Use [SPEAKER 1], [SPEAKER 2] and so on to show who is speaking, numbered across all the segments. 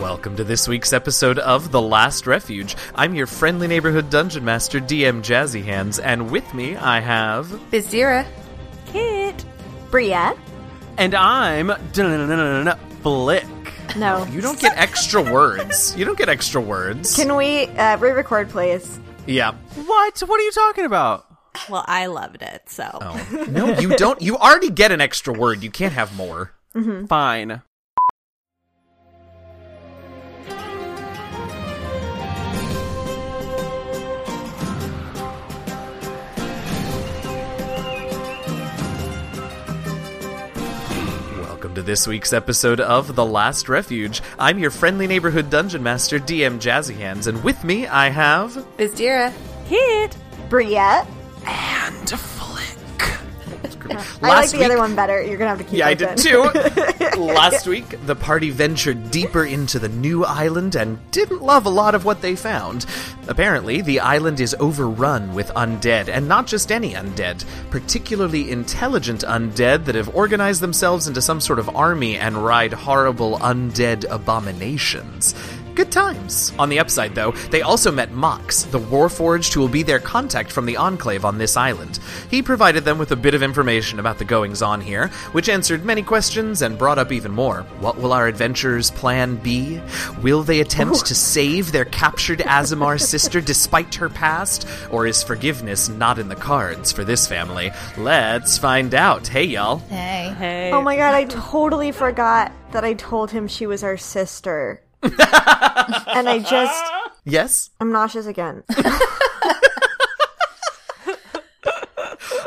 [SPEAKER 1] Welcome to this week's episode of The Last Refuge. I'm your friendly neighborhood dungeon master, DM Jazzy Hands, and with me I have.
[SPEAKER 2] Bizira.
[SPEAKER 3] Kit.
[SPEAKER 2] Briette.
[SPEAKER 1] And I'm. Flick.
[SPEAKER 2] No.
[SPEAKER 1] You don't get extra words. You don't get extra words.
[SPEAKER 2] Can we uh, re-record, please?
[SPEAKER 1] yeah.
[SPEAKER 4] What? What are you talking about?
[SPEAKER 3] Well, I loved it, so.
[SPEAKER 1] Oh. No, you don't. You already get an extra word. You can't have more.
[SPEAKER 4] Fine.
[SPEAKER 1] Welcome to this week's episode of The Last Refuge. I'm your friendly neighborhood dungeon master, DM Jazzy Hands, and with me I have.
[SPEAKER 2] Bizdira.
[SPEAKER 3] Kit.
[SPEAKER 2] Briette.
[SPEAKER 1] And Flick. Last
[SPEAKER 2] I like the
[SPEAKER 1] week-
[SPEAKER 2] other one better. You're gonna have to keep.
[SPEAKER 1] Yeah, I
[SPEAKER 2] it
[SPEAKER 1] did
[SPEAKER 2] in.
[SPEAKER 1] too. Last week, the party ventured deeper into the new island and didn't love a lot of what they found. Apparently, the island is overrun with undead, and not just any undead, particularly intelligent undead that have organized themselves into some sort of army and ride horrible undead abominations. Good times. On the upside, though, they also met Mox, the Warforged who will be their contact from the Enclave on this island. He provided them with a bit of information about the goings on here, which answered many questions and brought up even more. What will our adventurers' plan be? Will they attempt to save their captured Azamar sister despite her past? Or is forgiveness not in the cards for this family? Let's find out. Hey, y'all.
[SPEAKER 3] Hey.
[SPEAKER 2] Oh my god! I totally forgot that I told him she was our sister, and I just
[SPEAKER 1] Yes?
[SPEAKER 2] I'm nauseous again.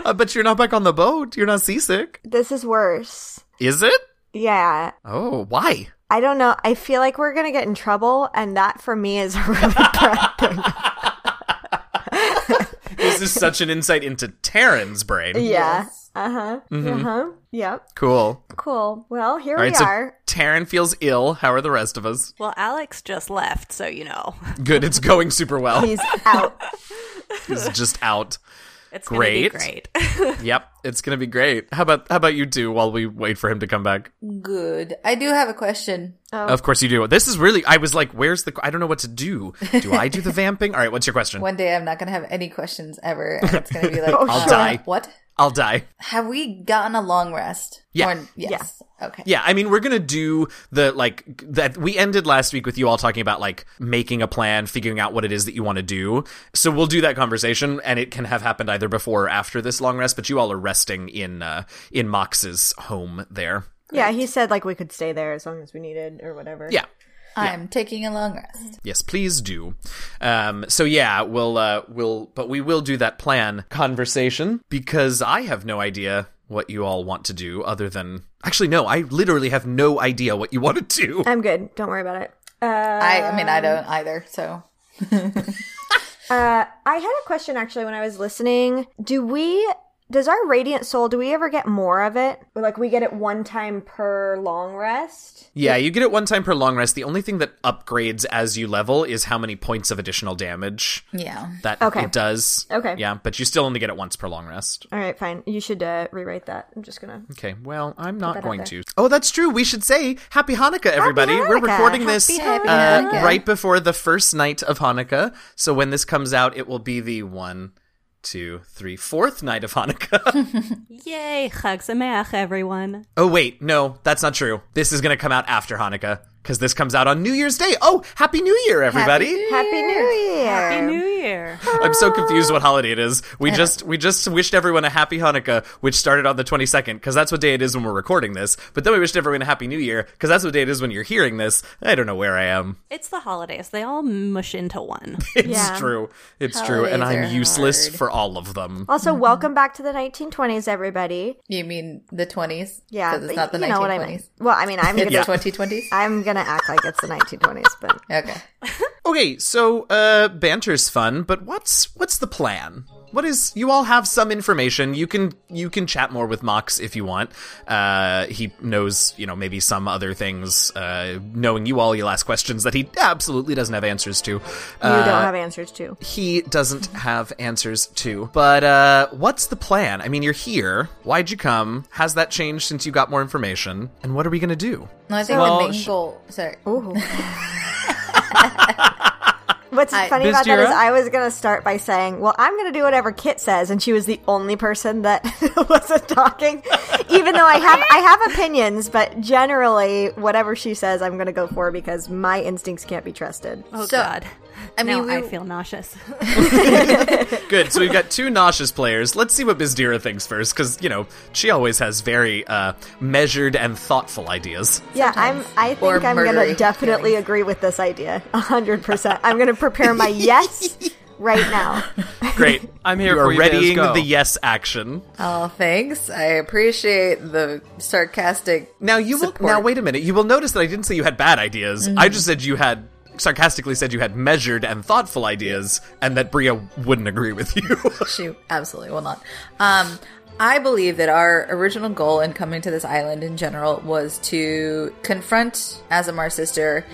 [SPEAKER 1] Uh, but you're not back on the boat. You're not seasick.
[SPEAKER 2] this is worse.
[SPEAKER 1] Is it?
[SPEAKER 2] Yeah,
[SPEAKER 1] Oh, why?
[SPEAKER 2] I don't know. I feel like we're gonna get in trouble, and that for me is a really bad thing.
[SPEAKER 1] this is such an insight into Taryn's brain.
[SPEAKER 2] Yeah. Uh huh.
[SPEAKER 1] Mm-hmm.
[SPEAKER 2] Uh huh. Yep.
[SPEAKER 1] Cool.
[SPEAKER 2] Cool. Well, here
[SPEAKER 1] All
[SPEAKER 2] we
[SPEAKER 1] right, so
[SPEAKER 2] are.
[SPEAKER 1] Taryn feels ill. How are the rest of us?
[SPEAKER 3] Well, Alex just left, so you know.
[SPEAKER 1] Good, it's going super well.
[SPEAKER 2] He's out.
[SPEAKER 1] He's just out.
[SPEAKER 3] It's gonna be
[SPEAKER 1] Great.
[SPEAKER 3] great.
[SPEAKER 1] Yep, it's gonna be great. How about how about you two while we wait for him to come back?
[SPEAKER 5] Good. I do have a question.
[SPEAKER 2] Oh.
[SPEAKER 1] Of course you do. This is really. I was like, where's the? I don't know what to do. Do I do the vamping? All right, what's your question?
[SPEAKER 5] One day I'm not going to have any questions ever. And it's going to be like,
[SPEAKER 1] I'll
[SPEAKER 5] uh,
[SPEAKER 1] die.
[SPEAKER 5] What?
[SPEAKER 1] I'll die.
[SPEAKER 5] Have we gotten a long rest?
[SPEAKER 1] Yeah.
[SPEAKER 5] yes. Okay.
[SPEAKER 1] Yeah, I mean, we're gonna do the like that. We ended last week with you all talking about like making a plan, figuring out what it is that you want to do. So we'll do that conversation, and it can have happened either before or after this long rest. But you all are resting in uh, in Mox's home there.
[SPEAKER 2] Yeah, he said like we could stay there as long as we needed or whatever.
[SPEAKER 1] Yeah.
[SPEAKER 5] I'm taking a long rest.
[SPEAKER 1] Yes, please do. Um, so yeah, we'll uh, we'll but we will do that plan conversation because I have no idea what you all want to do other than actually no, I literally have no idea what you want to do.
[SPEAKER 2] I'm good. Don't worry about it.
[SPEAKER 5] I, I mean, I don't either. So
[SPEAKER 2] Uh, I had a question actually when I was listening. Do we? Does our radiant soul? Do we ever get more of it? Or, Like we get it one time per long rest.
[SPEAKER 1] Yeah, you get it one time per long rest. The only thing that upgrades as you level is how many points of additional damage
[SPEAKER 5] yeah.
[SPEAKER 1] that
[SPEAKER 2] Okay.
[SPEAKER 1] it does.
[SPEAKER 2] Okay.
[SPEAKER 1] Yeah, but you still only get it once per long rest.
[SPEAKER 2] All right, fine. You should uh, rewrite that. I'm just gonna.
[SPEAKER 1] Okay, well, I'm not
[SPEAKER 2] that out
[SPEAKER 1] going
[SPEAKER 2] there.
[SPEAKER 1] to. Oh, that's true. We should say Happy Hanukkah, everybody. We're
[SPEAKER 2] Hanukkah.
[SPEAKER 1] recording this
[SPEAKER 5] Happy
[SPEAKER 1] uh,
[SPEAKER 5] Hanukkah.
[SPEAKER 1] right before the first night of Hanukkah. So when this comes out, it will be the one, two, three, fourth night of Hanukkah.
[SPEAKER 3] Yay, Chag Sameach, everyone.
[SPEAKER 1] oh, wait, no, that's not true. This is going to come out after Hanukkah because this comes out on New Year's Day. Oh, Happy New Year, everybody.
[SPEAKER 2] Happy New Year.
[SPEAKER 3] Happy New Year.
[SPEAKER 1] I'm so confused what holiday it is. We just we just wished everyone a happy Hanukkah, which started on the 22nd, because that's what day it is when we're recording this. But then we wished everyone a happy New Year, because that's what day it is when you're hearing this. I don't know where I am.
[SPEAKER 3] It's the holidays. They all mush into one.
[SPEAKER 1] It's
[SPEAKER 2] Yeah.
[SPEAKER 1] true. It's true, and
[SPEAKER 5] Holidays
[SPEAKER 1] I'm
[SPEAKER 5] are
[SPEAKER 1] useless
[SPEAKER 5] hard.
[SPEAKER 1] for all of them.
[SPEAKER 2] Also,
[SPEAKER 5] Mm-hmm.
[SPEAKER 2] welcome back to the 1920s, everybody.
[SPEAKER 5] You mean the 20s?
[SPEAKER 2] Yeah,
[SPEAKER 5] Because
[SPEAKER 2] but
[SPEAKER 5] it's not the
[SPEAKER 2] you
[SPEAKER 5] 1920s.
[SPEAKER 2] know what I mean. Well, I mean, I'm gonna
[SPEAKER 5] It's the 2020s?
[SPEAKER 2] I'm gonna act like it's the 1920s, but
[SPEAKER 5] Okay.
[SPEAKER 1] Okay, so uh banter's fun, but what's what's the plan? What is you all have some information. You can you can chat more with Mox if you want. Uh he knows, you know, maybe some other things. Uh knowing you all, you'll ask questions that he absolutely doesn't have answers to.
[SPEAKER 2] you
[SPEAKER 1] Uh,
[SPEAKER 2] don't have answers to.
[SPEAKER 1] he doesn't have answers to. But uh what's the plan? I mean, you're here. Why'd you come? Has that changed since you got more information? And what are we going to do?
[SPEAKER 5] No, I think
[SPEAKER 1] Well,
[SPEAKER 5] the main
[SPEAKER 1] sh-
[SPEAKER 5] goal. Sorry.
[SPEAKER 2] Ooh. What's funny
[SPEAKER 4] Ms.
[SPEAKER 2] about that is
[SPEAKER 4] Jira?
[SPEAKER 2] I was going to start by saying, well, I'm going to do whatever Kit says. And she was the only person that wasn't talking, even though I have, I have opinions, but generally whatever she says, I'm going to go for because my instincts can't be trusted.
[SPEAKER 3] Oh
[SPEAKER 5] So,
[SPEAKER 3] God.
[SPEAKER 5] I mean,
[SPEAKER 3] now
[SPEAKER 5] we-
[SPEAKER 3] I feel nauseous.
[SPEAKER 1] Good. So we've got two nauseous players. Let's see what Bizdira thinks first, because you know she always has very uh, measured and thoughtful ideas.
[SPEAKER 2] yeah, I'm, I
[SPEAKER 5] Or
[SPEAKER 2] think I'm going to
[SPEAKER 5] murdery
[SPEAKER 2] definitely agree with this idea. a hundred percent. I'm going to prepare my yes right now.
[SPEAKER 1] Great.
[SPEAKER 4] I'm here
[SPEAKER 1] you
[SPEAKER 4] for
[SPEAKER 1] are
[SPEAKER 4] you, Biz,
[SPEAKER 1] readying
[SPEAKER 4] go.
[SPEAKER 1] the yes action.
[SPEAKER 5] Oh, thanks. I appreciate the sarcastic.
[SPEAKER 1] Now you will.
[SPEAKER 5] Support.
[SPEAKER 1] Now wait a minute. You will notice that I didn't say you had bad ideas.
[SPEAKER 4] Mm-hmm.
[SPEAKER 1] I just said you had sarcastically said you had measured and thoughtful ideas, and that Bria wouldn't agree with you.
[SPEAKER 5] She absolutely will not. Um, I believe that our original goal in coming to this island in general was to confront Azamar sister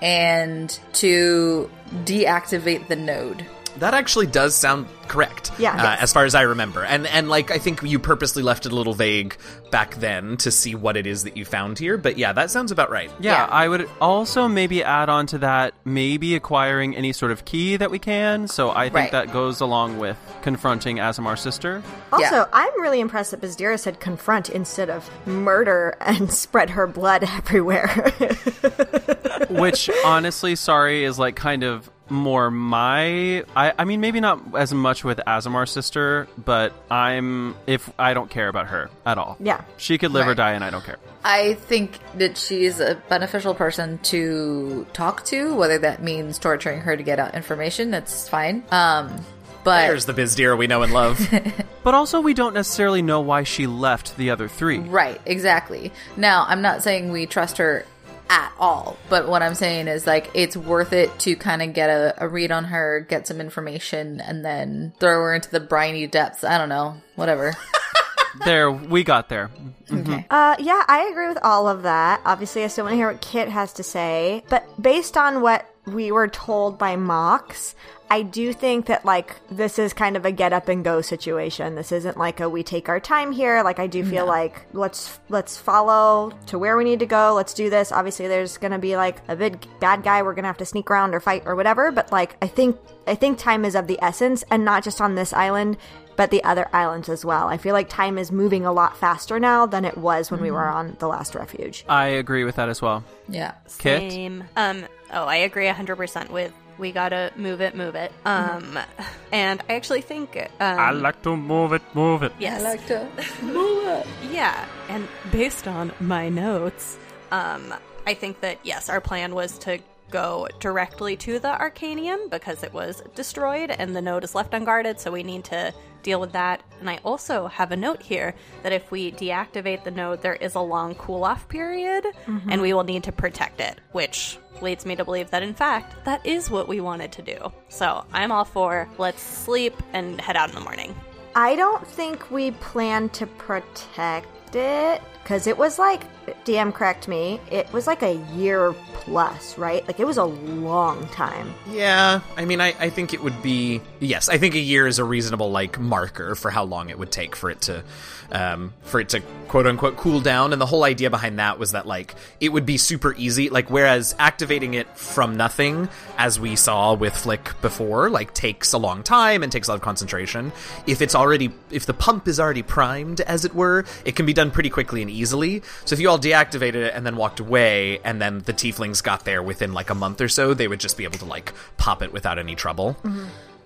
[SPEAKER 5] and to deactivate the node.
[SPEAKER 1] that actually does sound correct.
[SPEAKER 2] Yeah.
[SPEAKER 1] uh,
[SPEAKER 2] Yes.
[SPEAKER 1] as far as I remember, and and like I think you purposely left it a little vague back then to see what it is that you found here. But yeah, that sounds about right.
[SPEAKER 4] Yeah, I would also maybe add on to that maybe acquiring any sort of key that we can. So I think
[SPEAKER 5] Right.
[SPEAKER 4] that goes along with confronting Asimar sister.
[SPEAKER 2] Also,
[SPEAKER 5] Yeah.
[SPEAKER 2] I'm really impressed that Bizdira said confront instead of murder and spread her blood everywhere.
[SPEAKER 4] which honestly sorry is like kind of more my I, I mean maybe not as much with Azamar sister but I'm if I don't care about her at all
[SPEAKER 2] Yeah.
[SPEAKER 4] she could live or
[SPEAKER 5] Right.
[SPEAKER 4] die and I don't care
[SPEAKER 5] I think that she's a beneficial person to talk to, whether that means torturing her to get out information, that's fine. Um, but
[SPEAKER 1] There's the Bizdira we know and love.
[SPEAKER 4] but also we don't necessarily know why she left the other three
[SPEAKER 5] Right, exactly. Now, I'm not saying we trust her at all, but what I'm saying is like it's worth it to kind of get a, a read on her, get some information, and then throw her into the briny depths. I don't know, whatever.
[SPEAKER 4] there we got there
[SPEAKER 2] Uh, yeah, I agree with all of that. Obviously, I still want to hear what Kit has to say, but based on what we were told by Mox, I do think that like this is kind of a get up and go situation. This isn't like a we take our time here. Like I do feel like let's let's follow to where we need to go. Let's do this. Obviously, there's gonna be like a big bad guy. We're gonna have to sneak around or fight or whatever. But like I think I think time is of the essence, and not just on this island but the other islands as well. I feel like time is moving a lot faster now than it was when we were on the last refuge.
[SPEAKER 4] I agree with that as well
[SPEAKER 5] yeah.
[SPEAKER 4] Kit?
[SPEAKER 3] Same. Um. Oh, I agree hundred percent with. We gotta move it, move it.
[SPEAKER 5] Mm-hmm.
[SPEAKER 3] Um, and I actually think um, I like to move it, move it. Yes,
[SPEAKER 5] to.
[SPEAKER 3] Yeah, and based on my notes, um, I think that yes, our plan was to go directly to the Arcanium because it was destroyed and the node is left unguarded, so we need to deal with that. And I also have a note here that if we deactivate the node, there is a long cool off period and
[SPEAKER 4] Mm-hmm.
[SPEAKER 3] we will need to protect it, which leads me to believe that in fact that is what we wanted to do. So I'm all for let's sleep and head out in the morning.
[SPEAKER 2] I don't think we plan to protect it because it was like, DM correct me, it was like a year plus, right? Like it was a long time.
[SPEAKER 1] Yeah, I mean, I, I think it would be yes. I think a year is a reasonable like marker for how long it would take for it to, um, for it to quote unquote cool down. And the whole idea behind that was that like it would be super easy. Like whereas activating it from nothing, as we saw with Flick before, like takes a long time and takes a lot of concentration. If it's already if the pump is already primed, as it were, it can be done pretty quickly and easily. So if you all deactivated it and then walked away, and then the tieflings got there within like a month or so, they would just be able to like pop it without any trouble.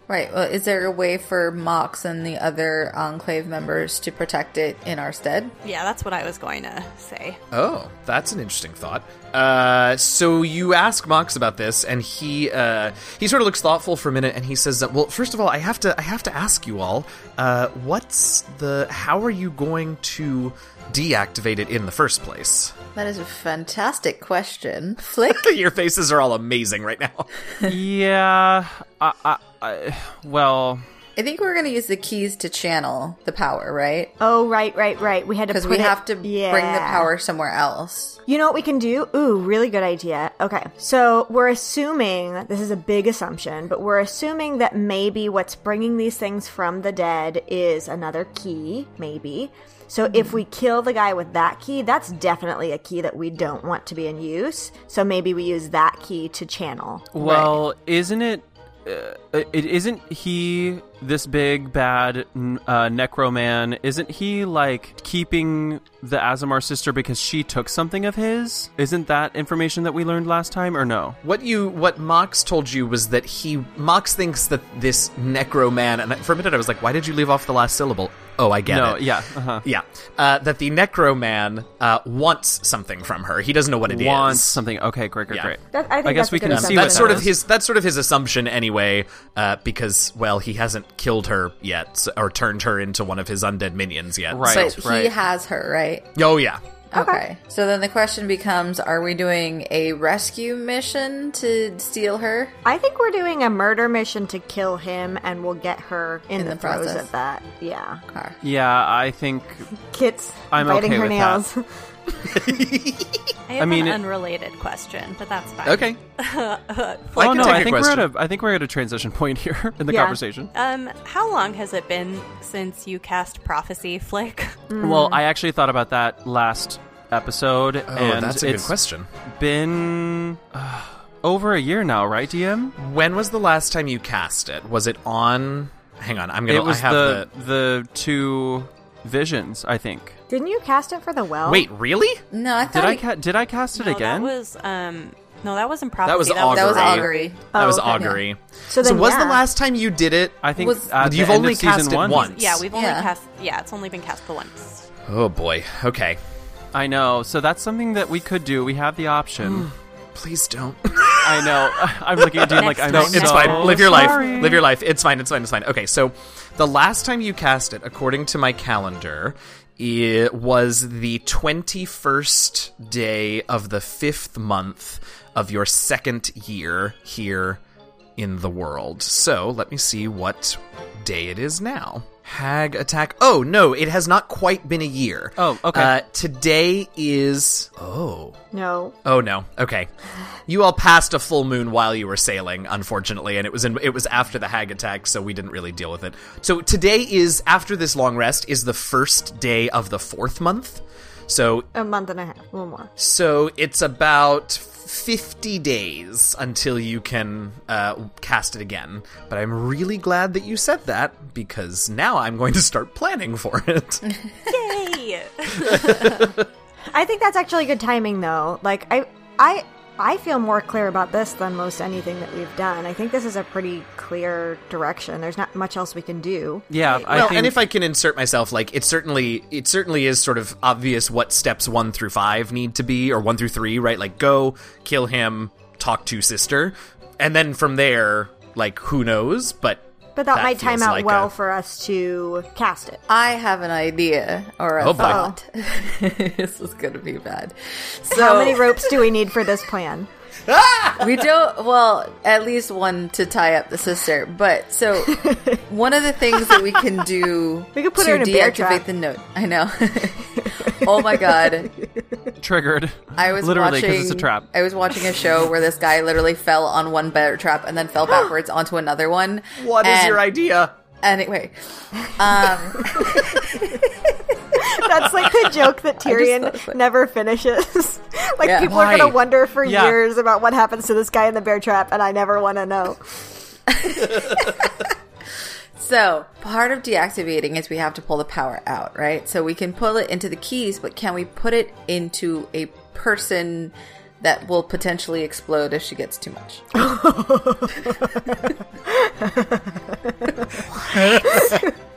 [SPEAKER 5] Right. Well, is there a way for Mox and the other Enclave members to protect it in our stead?
[SPEAKER 3] Yeah, that's what I was going to say.
[SPEAKER 1] Oh, that's an interesting thought. Uh, so you ask Mox about this, and he uh, he sort of looks thoughtful for a minute, and he says, that, "Well, first of all, I have to I have to ask you all, uh, what's the how are you going to deactivate it in the first place?
[SPEAKER 5] That is a fantastic question. Flick?
[SPEAKER 1] Your faces are all amazing right now.
[SPEAKER 4] yeah I, I, I, well
[SPEAKER 5] I think we're going to use the keys to channel the power, right?
[SPEAKER 2] Oh, right, right, right. We had to
[SPEAKER 5] Because
[SPEAKER 2] put
[SPEAKER 5] we
[SPEAKER 2] it-
[SPEAKER 5] have to bring the
[SPEAKER 2] Yeah.
[SPEAKER 5] power somewhere else.
[SPEAKER 2] You know what we can do? Ooh, really good idea. Okay. So we're assuming, this is a big assumption, but we're assuming that maybe what's bringing these things from the dead is another key, maybe.
[SPEAKER 5] Hmm.
[SPEAKER 2] So if we kill the guy with that key, that's definitely a key that we don't want to be in use. So maybe we use that key to channel.
[SPEAKER 4] Well, isn't it? Uh, it isn't he this big bad n- uh, necroman. Isn't he like keeping the Azamar sister because she took something of his? Isn't that information that we learned last time, or no?
[SPEAKER 1] What you what Mox told you was that he Mox thinks that this necroman and for a minute I was like, why did you leave off the last syllable? Oh, I get
[SPEAKER 4] no,
[SPEAKER 1] it.
[SPEAKER 4] yeah, uh-huh.
[SPEAKER 1] Yeah, uh, that the necroman uh, wants something from her. He doesn't know what it is.
[SPEAKER 4] wants something. Okay, great, great,
[SPEAKER 1] Yeah.
[SPEAKER 4] great.
[SPEAKER 2] That- I think
[SPEAKER 4] guess
[SPEAKER 2] that's a
[SPEAKER 4] we
[SPEAKER 2] good
[SPEAKER 4] can
[SPEAKER 1] Um,
[SPEAKER 4] see
[SPEAKER 2] assumption.
[SPEAKER 4] what
[SPEAKER 1] that's sort
[SPEAKER 4] that
[SPEAKER 1] of
[SPEAKER 4] is.
[SPEAKER 1] his that's sort of his assumption anyway, uh, because well, he hasn't killed her yet s- or turned her into one of his undead minions yet.
[SPEAKER 4] Right.
[SPEAKER 5] But he
[SPEAKER 4] right.
[SPEAKER 5] has her, right?
[SPEAKER 1] Oh yeah.
[SPEAKER 5] Okay. So then the question becomes are we doing a rescue mission to steal her?
[SPEAKER 2] I think we're doing a murder mission to kill him and we'll get her in,
[SPEAKER 5] In
[SPEAKER 2] the,
[SPEAKER 5] the
[SPEAKER 2] throes
[SPEAKER 5] process.
[SPEAKER 2] of that. Yeah.
[SPEAKER 4] Yeah, I think.
[SPEAKER 2] Kit's
[SPEAKER 4] I'm
[SPEAKER 2] biting
[SPEAKER 4] okay
[SPEAKER 2] her
[SPEAKER 4] with
[SPEAKER 2] nails.
[SPEAKER 3] I have
[SPEAKER 4] mean,
[SPEAKER 3] an
[SPEAKER 4] it-
[SPEAKER 3] unrelated question, but that's fine.
[SPEAKER 1] Okay. I
[SPEAKER 4] oh
[SPEAKER 1] can
[SPEAKER 4] no,
[SPEAKER 1] take
[SPEAKER 4] I
[SPEAKER 1] a
[SPEAKER 4] think
[SPEAKER 1] question.
[SPEAKER 4] we're at a. I think we're at a transition point here in the
[SPEAKER 2] Yeah.
[SPEAKER 4] conversation.
[SPEAKER 3] Um, how long has it been since you cast prophecy, Flick?
[SPEAKER 4] Well, I actually thought about that last episode,
[SPEAKER 1] Oh,
[SPEAKER 4] and
[SPEAKER 1] that's a good
[SPEAKER 4] it's
[SPEAKER 1] question.
[SPEAKER 4] been uh, over a year now, right, DM?
[SPEAKER 1] When was the last time you cast it? Was it on? Hang on, I'm gonna.
[SPEAKER 4] it was
[SPEAKER 1] I have
[SPEAKER 4] the, the two visions, I think.
[SPEAKER 2] Didn't you cast it for the well?
[SPEAKER 1] Wait, really?
[SPEAKER 5] No, I
[SPEAKER 4] Did
[SPEAKER 5] thought
[SPEAKER 4] I
[SPEAKER 5] he-
[SPEAKER 4] ca- did I cast it
[SPEAKER 3] No,
[SPEAKER 4] again?
[SPEAKER 3] that was um, no, that wasn't prophecy.
[SPEAKER 1] was
[SPEAKER 5] that was
[SPEAKER 1] Augury.
[SPEAKER 5] augury.
[SPEAKER 1] that was
[SPEAKER 2] Oh, okay.
[SPEAKER 1] augury.
[SPEAKER 2] So then,
[SPEAKER 1] was the
[SPEAKER 2] yeah.
[SPEAKER 1] last time you did it?
[SPEAKER 4] I think
[SPEAKER 5] was-
[SPEAKER 4] at the
[SPEAKER 1] You've
[SPEAKER 4] end
[SPEAKER 1] only
[SPEAKER 4] of season
[SPEAKER 1] cast it
[SPEAKER 4] one.
[SPEAKER 1] once.
[SPEAKER 3] Yeah, we've only
[SPEAKER 5] Yeah.
[SPEAKER 3] cast. Yeah, it's only been cast the once.
[SPEAKER 1] Oh boy. Okay.
[SPEAKER 4] I know. So that's something that we could do. We have the option.
[SPEAKER 1] Please don't.
[SPEAKER 4] I know. I'm looking at DM like I'm
[SPEAKER 3] No,
[SPEAKER 4] so
[SPEAKER 1] it's fine. Live your
[SPEAKER 4] sorry.
[SPEAKER 1] life. Live your life. It's fine. It's fine. It's fine. Okay, so the last time you cast it, according to my calendar, it was the 21st day of the fifth month of your second year here in the world. So let me see what day it is now. Hag attack. Oh, no, it has not quite been a year.
[SPEAKER 4] Oh, okay.
[SPEAKER 1] Uh, today is. Oh.
[SPEAKER 2] No.
[SPEAKER 1] Oh no. Okay. You all passed a full moon while you were sailing, unfortunately, and it was in, it was after the hag attack, so we didn't really deal with it. So today is after this long rest is the first day of the fourth month. So
[SPEAKER 2] A month and a half. A little more.
[SPEAKER 1] so it's about 50 days until you can uh, cast it again. But I'm really glad that you said that because now I'm going to start planning for it.
[SPEAKER 3] Yay!
[SPEAKER 2] I think that's actually good timing, though. Like, I, I, I feel more clear about this than most anything that we've done. I think this is a pretty clear direction. There's not much else we can do.
[SPEAKER 4] Yeah, I
[SPEAKER 1] well,
[SPEAKER 4] think
[SPEAKER 1] and if I can insert myself, like it certainly it certainly is sort of obvious what steps one through five need to be, or one through three, right? Like go, kill him, talk to sister, and then from there, like who knows? But
[SPEAKER 2] But that,
[SPEAKER 1] That
[SPEAKER 2] might time
[SPEAKER 1] feels
[SPEAKER 2] out
[SPEAKER 1] like
[SPEAKER 2] well
[SPEAKER 1] a-
[SPEAKER 2] for us to cast it.
[SPEAKER 5] I have an idea or a
[SPEAKER 1] Oh, boy.
[SPEAKER 5] thought. this is going to be bad. So
[SPEAKER 2] How many ropes do we need for this plan?
[SPEAKER 5] we don't well at least one to tie up the sister but so one of the things that we can do
[SPEAKER 2] We could put
[SPEAKER 5] to
[SPEAKER 2] her in a bear
[SPEAKER 5] deactivate
[SPEAKER 2] trap.
[SPEAKER 5] the note i know oh my god
[SPEAKER 4] triggered,
[SPEAKER 5] i was
[SPEAKER 4] literally
[SPEAKER 5] watching
[SPEAKER 4] it's a trap.
[SPEAKER 5] i was watching a show where this guy literally fell on one bear trap and then fell backwards onto another one
[SPEAKER 1] what is
[SPEAKER 5] And-
[SPEAKER 1] your idea?
[SPEAKER 5] anyway
[SPEAKER 2] That's like the joke that
[SPEAKER 5] thought of
[SPEAKER 2] Tyrion
[SPEAKER 5] it.
[SPEAKER 2] never finishes. like
[SPEAKER 5] Yeah.
[SPEAKER 2] people
[SPEAKER 1] Why?
[SPEAKER 2] are going to wonder for
[SPEAKER 4] Yeah.
[SPEAKER 2] years about what happens to this guy in the bear trap, and I never want to know.
[SPEAKER 5] So, part of deactivating is we have to pull the power out, right? So we can pull it into the keys, but can we put it into a person that will potentially explode if she gets too much?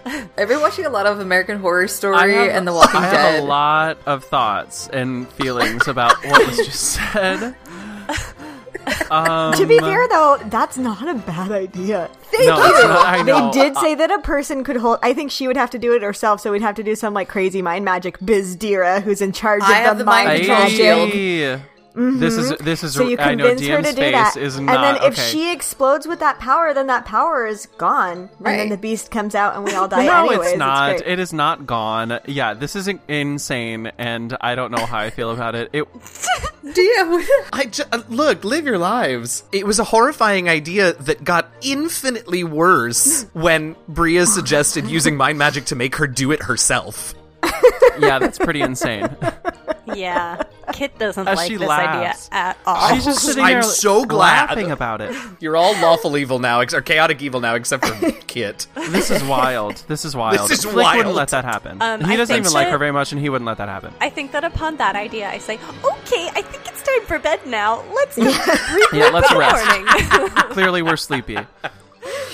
[SPEAKER 5] I've been watching a lot of American Horror Story
[SPEAKER 4] have-
[SPEAKER 5] and The Walking
[SPEAKER 4] I have
[SPEAKER 5] Dead.
[SPEAKER 4] a lot of thoughts and feelings about what was just said. Um,
[SPEAKER 2] to be fair, though, that's not a bad idea. Thank
[SPEAKER 4] no, it's not- I
[SPEAKER 2] They
[SPEAKER 4] know. Uh,
[SPEAKER 2] did say that a person could hold. I think she would have to do it herself, so we'd have to do some like crazy mind magic. Bizdira, who's in charge of
[SPEAKER 5] I
[SPEAKER 2] the,
[SPEAKER 5] have the
[SPEAKER 2] mind,
[SPEAKER 5] mind
[SPEAKER 4] I- Mm-hmm.
[SPEAKER 5] control
[SPEAKER 2] magic.
[SPEAKER 5] shield.
[SPEAKER 4] This is this is
[SPEAKER 2] So you
[SPEAKER 4] I know
[SPEAKER 2] convince her
[SPEAKER 4] DM
[SPEAKER 2] to do
[SPEAKER 4] space
[SPEAKER 2] that,
[SPEAKER 4] is
[SPEAKER 2] and
[SPEAKER 4] not
[SPEAKER 2] then if
[SPEAKER 4] okay.
[SPEAKER 2] she explodes with that power, then that power is gone, and
[SPEAKER 5] Right.
[SPEAKER 2] then the beast comes out, and we all die.
[SPEAKER 4] no,
[SPEAKER 2] anyways.
[SPEAKER 4] it's not.
[SPEAKER 2] great.
[SPEAKER 4] it is not gone. Yeah, this is in- insane, and I don't know how I feel about it. It
[SPEAKER 5] Do you?
[SPEAKER 1] I ju- uh, look, live your lives. It was a horrifying idea that got infinitely worse when Bria suggested using mind magic to make her do it herself.
[SPEAKER 4] yeah, that's pretty insane.
[SPEAKER 3] Yeah. Kit doesn't
[SPEAKER 4] As
[SPEAKER 3] like
[SPEAKER 4] she
[SPEAKER 3] this
[SPEAKER 4] laughs.
[SPEAKER 3] idea at all.
[SPEAKER 4] She's just sitting
[SPEAKER 1] I'm
[SPEAKER 4] there
[SPEAKER 1] so glad.
[SPEAKER 4] laughing about it.
[SPEAKER 1] You're all lawful evil now, ex- or chaotic evil now, except for Kit.
[SPEAKER 4] This is wild. This is wild.
[SPEAKER 1] This is
[SPEAKER 4] Flick
[SPEAKER 1] wild.
[SPEAKER 4] wouldn't let that happen.
[SPEAKER 3] Um,
[SPEAKER 4] he
[SPEAKER 3] I
[SPEAKER 4] doesn't
[SPEAKER 3] think
[SPEAKER 4] even like
[SPEAKER 3] that-
[SPEAKER 4] her very much, and he wouldn't let that happen.
[SPEAKER 3] I think that upon that idea, I say, okay, I think it's time for bed now. Let's go.
[SPEAKER 4] Yeah, let's rest.
[SPEAKER 3] morning.
[SPEAKER 4] Clearly, we're sleepy.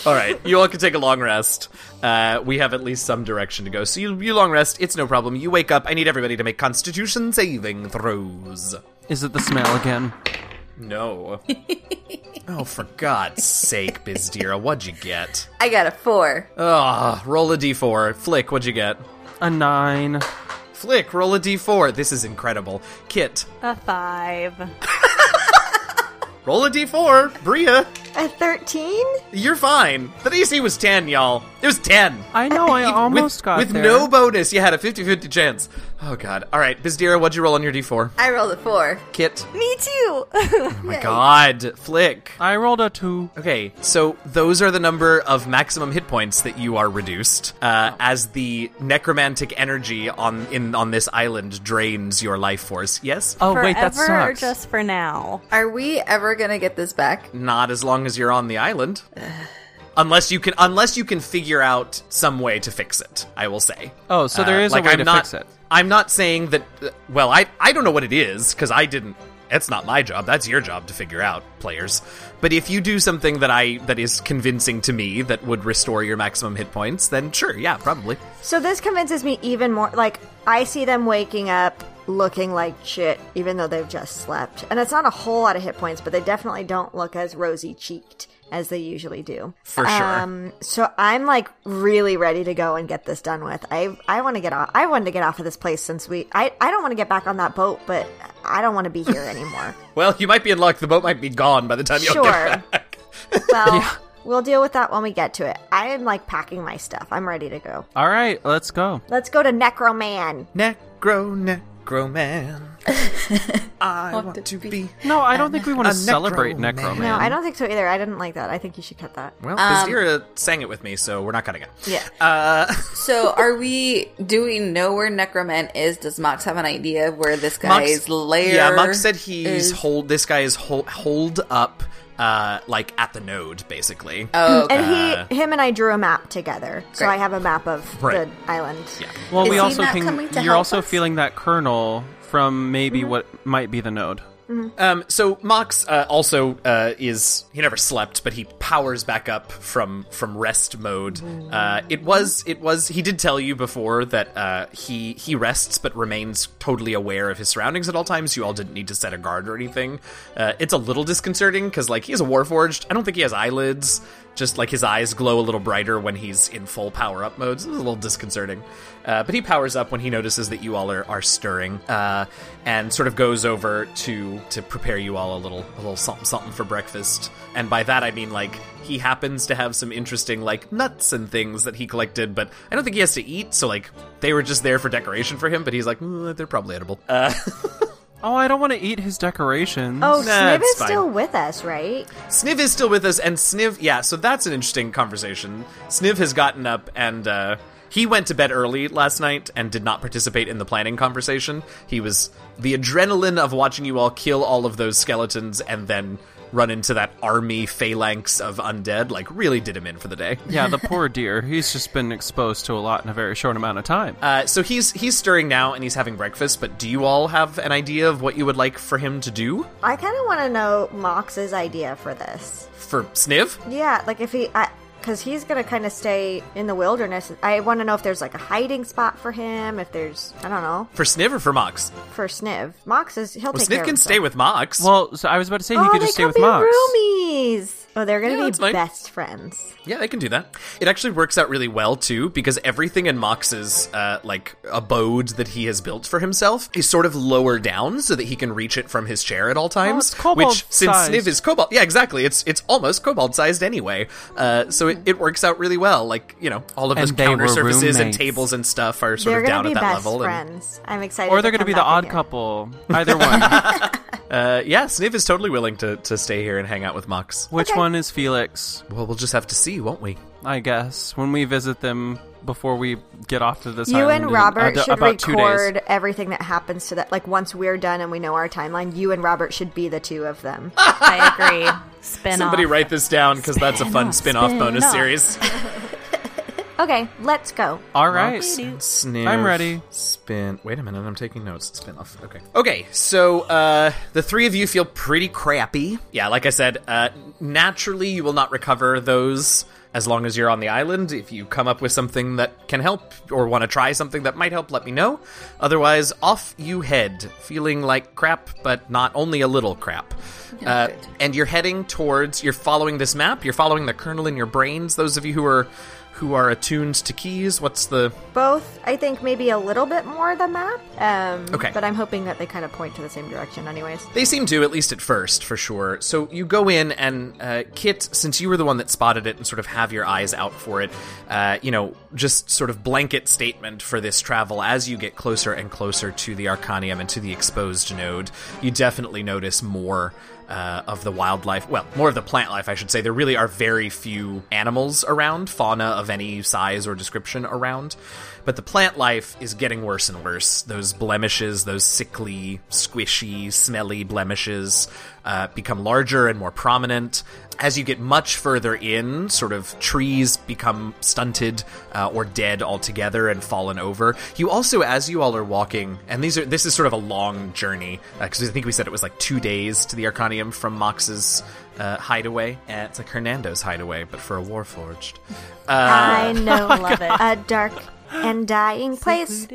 [SPEAKER 1] All right, you all can take a long rest. Uh, we have at least some direction to go. So you, you long rest. It's no problem. You wake up. I need everybody to make Constitution saving throws.
[SPEAKER 4] Is it the smell again?
[SPEAKER 1] No. oh, for God's sake, Bizdira, what'd you get?
[SPEAKER 5] I got a four.
[SPEAKER 1] Ugh, roll a d4. Flick, what'd you get?
[SPEAKER 4] A nine.
[SPEAKER 1] Flick, roll a d4. This is incredible. Kit,
[SPEAKER 3] A five.
[SPEAKER 1] roll a d4. Bria,
[SPEAKER 2] A thirteen?
[SPEAKER 1] you're fine. The DC was 10, y'all. It was 10.
[SPEAKER 4] I know. I almost
[SPEAKER 1] with,
[SPEAKER 4] got
[SPEAKER 1] With
[SPEAKER 4] there.
[SPEAKER 1] no bonus, you had a 50 50 chance. Oh, God. All right, Bizdira, what'd you roll on your d4?
[SPEAKER 5] I rolled a four.
[SPEAKER 1] Kit.
[SPEAKER 3] Me too.
[SPEAKER 1] Oh my god, Flick.
[SPEAKER 4] I rolled a two.
[SPEAKER 1] Okay, so those are the number of maximum hit points that you are reduced uh, as the necromantic energy on in on this island drains your life force. Yes,
[SPEAKER 4] Oh
[SPEAKER 3] Forever
[SPEAKER 4] wait, that
[SPEAKER 3] or
[SPEAKER 4] sucks.
[SPEAKER 3] just for now?
[SPEAKER 5] Are we ever gonna get this back?
[SPEAKER 1] not as long as you're on the island, unless you can unless you can figure out some way to fix it. I will say.
[SPEAKER 4] Oh, so there
[SPEAKER 1] Uh,
[SPEAKER 4] is
[SPEAKER 1] like,
[SPEAKER 4] a way
[SPEAKER 1] I'm
[SPEAKER 4] to
[SPEAKER 1] not,
[SPEAKER 4] fix it.
[SPEAKER 1] I'm not saying that. uh, well, I I don't know what it is because I didn't. That's not my job. That's your job to figure out, players. But if you do something that I that is convincing to me that would restore your maximum hit points, then sure, yeah, probably.
[SPEAKER 2] So this convinces me even more. Like I see them waking up looking like shit, even though they've just slept, and it's not a whole lot of hit points, but they definitely don't look as rosy cheeked as they usually do.
[SPEAKER 1] For sure.
[SPEAKER 2] Um, so I'm like really ready to go and get this done with. I I want to get off. I wanted to get off of this place since we. I I don't want to get back on that boat, but I don't want to be here anymore.
[SPEAKER 1] Well, you might be in luck. The boat might be gone by the time you
[SPEAKER 2] Sure.
[SPEAKER 1] get back.
[SPEAKER 2] well, we'll deal with that when we get to it. I am like packing my stuff. I'm ready to go.
[SPEAKER 4] All right, let's go.
[SPEAKER 2] Let's go to Necroman.
[SPEAKER 1] Necro necroman. I want, to be.
[SPEAKER 4] No, I don't think we want
[SPEAKER 1] a
[SPEAKER 4] to celebrate
[SPEAKER 1] necroman.
[SPEAKER 4] Necroman.
[SPEAKER 2] No, I don't think so either. I didn't like that. I think you should cut that.
[SPEAKER 1] Well,
[SPEAKER 2] Um,
[SPEAKER 1] Bizdira sang it with me, so we're not cutting it.
[SPEAKER 5] Yeah.
[SPEAKER 1] Uh,
[SPEAKER 5] So, are we? Do we know where Necroman is? Does Mox have an idea of where this
[SPEAKER 1] Mox-
[SPEAKER 5] guy's lair?
[SPEAKER 1] Yeah, Mox said he's
[SPEAKER 5] is?
[SPEAKER 1] hold. This guy is hold, hold up, uh, like at the node, basically.
[SPEAKER 5] Oh, okay.
[SPEAKER 2] And he, him, and I drew a map together, so
[SPEAKER 5] Great.
[SPEAKER 2] I have a map of
[SPEAKER 1] Uh, Right.
[SPEAKER 2] the island. Yeah.
[SPEAKER 4] Well,
[SPEAKER 5] Is
[SPEAKER 4] we
[SPEAKER 5] he
[SPEAKER 4] also
[SPEAKER 5] not coming
[SPEAKER 4] can.
[SPEAKER 5] to
[SPEAKER 4] You're
[SPEAKER 5] help
[SPEAKER 4] also
[SPEAKER 5] us?
[SPEAKER 4] feeling that kernel from maybe
[SPEAKER 2] Mm-hmm.
[SPEAKER 4] what might be the node.
[SPEAKER 1] Um, so Mox uh, also uh, is he never slept, but he powers back up from from rest mode. Uh, it was it was he did tell you before that uh, he he rests but remains totally aware of his surroundings at all times. You all didn't need to set a guard or anything. Uh, it's a little disconcerting because like he is a warforged. I don't think he has eyelids. Just like his eyes glow a little brighter when he's in full power up mode. It's a little disconcerting. Uh, but he powers up when he notices that you all are, are stirring uh, and sort of goes over to to prepare you all a little a little something something for breakfast. And by that I mean like he happens to have some interesting like nuts and things that he collected, but I don't think he has to eat. So like they were just there for decoration for him, but he's like "Mm, they're probably edible. Uh,
[SPEAKER 4] Oh, I don't want to eat his decorations.
[SPEAKER 2] Oh, Sniv
[SPEAKER 1] it's
[SPEAKER 2] is
[SPEAKER 1] fine.
[SPEAKER 2] still with us, right?
[SPEAKER 1] Sniv is still with us, and Sniv, yeah, so that's an interesting conversation. Sniv has gotten up and uh, he went to bed early last night and did not participate in the planning conversation. He was the adrenaline of watching you all kill all of those skeletons and then run into that army phalanx of undead, like, really did him in for the day.
[SPEAKER 4] yeah, the poor dear. He's just been exposed to a lot in a very short amount of time.
[SPEAKER 1] Uh, so he's he's stirring now and he's having breakfast, but do you all have an idea of what you would like for him to do?
[SPEAKER 2] I kind of want to know Mox's idea for this.
[SPEAKER 1] For Sniv?
[SPEAKER 2] Yeah, like if he, because he's gonna kind of stay in the wilderness. I want to know if there's like a hiding spot for him. If there's, I don't know,
[SPEAKER 1] For Sniv or for Mox?
[SPEAKER 2] for Sniv. Mox is
[SPEAKER 1] Well,
[SPEAKER 2] he'll take
[SPEAKER 1] Sniv
[SPEAKER 2] care
[SPEAKER 1] can
[SPEAKER 2] of
[SPEAKER 1] stay with Mox.
[SPEAKER 4] well, so I was about to say
[SPEAKER 2] Oh,
[SPEAKER 4] he could
[SPEAKER 2] they
[SPEAKER 4] just stay
[SPEAKER 2] could
[SPEAKER 4] with
[SPEAKER 2] be
[SPEAKER 4] Mox.
[SPEAKER 2] roomies. Oh, they're
[SPEAKER 1] Yeah,
[SPEAKER 2] gonna
[SPEAKER 1] that's
[SPEAKER 2] be
[SPEAKER 1] fine.
[SPEAKER 2] best friends.
[SPEAKER 1] Yeah, they can do that. It actually works out really well too, because everything in Mox's uh, like abode that he has built for himself is sort of lower down, so that he can reach it from his chair at all times.
[SPEAKER 4] Oh, it's kobold-sized.
[SPEAKER 1] which, since Sniv is cobalt, yeah, exactly. It's it's almost cobalt sized anyway. Uh, so it, it works out really well. Like you know, all of his
[SPEAKER 4] And they
[SPEAKER 1] counter
[SPEAKER 4] were
[SPEAKER 1] surfaces and
[SPEAKER 4] roommates.
[SPEAKER 1] tables and stuff are sort
[SPEAKER 2] They're
[SPEAKER 1] of
[SPEAKER 2] gonna
[SPEAKER 1] down
[SPEAKER 2] be
[SPEAKER 1] at that
[SPEAKER 2] best
[SPEAKER 1] level. and-
[SPEAKER 2] friends. I'm excited.
[SPEAKER 4] Or they're
[SPEAKER 2] going to
[SPEAKER 4] be
[SPEAKER 2] come
[SPEAKER 4] the
[SPEAKER 2] back in
[SPEAKER 4] odd
[SPEAKER 2] here.
[SPEAKER 4] couple. Either one.
[SPEAKER 1] uh, yeah, Sniv is totally willing to to stay here and hang out with Mox.
[SPEAKER 4] Which
[SPEAKER 2] Okay.
[SPEAKER 4] one is Felix?
[SPEAKER 1] Well, we'll just have to see, won't we?
[SPEAKER 4] I guess when we visit them before we get off to this.
[SPEAKER 2] You
[SPEAKER 4] island
[SPEAKER 2] and
[SPEAKER 4] in
[SPEAKER 2] Robert
[SPEAKER 4] ad-
[SPEAKER 2] should
[SPEAKER 4] about two days.
[SPEAKER 2] record everything that happens so that, like, once we're done and we know our timeline, you and Robert should be the two of them.
[SPEAKER 3] I agree. Spin
[SPEAKER 1] Somebody
[SPEAKER 3] off.
[SPEAKER 1] write this down because that's a fun spin off bonus
[SPEAKER 3] spin-off.
[SPEAKER 1] series.
[SPEAKER 2] okay, let's go.
[SPEAKER 4] All right.
[SPEAKER 1] Sniff.
[SPEAKER 4] I'm ready.
[SPEAKER 1] Spin. Wait a minute, I'm taking notes. Spin off. Okay. Okay, so uh, the three of you feel pretty crappy. Yeah, like I said, uh, naturally you will not recover those as long as you're on the island. If you come up with something that can help or want to try something that might help, let me know. Otherwise, off you head, feeling like crap, but not only a little crap. Uh,
[SPEAKER 5] good.
[SPEAKER 1] and you're heading towards. You're following this map. You're following the kernel in your brains. Those of you who are who are attuned to keys. What's the
[SPEAKER 2] Both, I think, maybe a little bit more the map. Um,
[SPEAKER 1] Okay.
[SPEAKER 2] But I'm hoping that they kind of point to the same direction, anyways.
[SPEAKER 1] They seem to, at least at first, for sure. So you go in, and uh, Kit, since you were the one that spotted it and sort of have your eyes out for it, uh, you know, just sort of blanket statement for this travel as you get closer and closer to the Arcanium and to the exposed node, you definitely notice more. Uh, of the wildlife, well, more of the plant life, I should say. There really are very few animals around, fauna of any size or description around. But the plant life is getting worse and worse. Those blemishes, those sickly, squishy, smelly blemishes, uh, become larger and more prominent. As you get much further in, sort of trees become stunted uh, or dead altogether and fallen over. You also, as you all are walking, and these are this is sort of a long journey because I think we said it was like two days to the Arcanium from Mox's uh, hideaway. Uh, it's like Hernando's hideaway, but for a Warforged.
[SPEAKER 4] Uh,
[SPEAKER 2] I
[SPEAKER 4] oh
[SPEAKER 2] know
[SPEAKER 3] Love it.
[SPEAKER 2] a dark and dying place.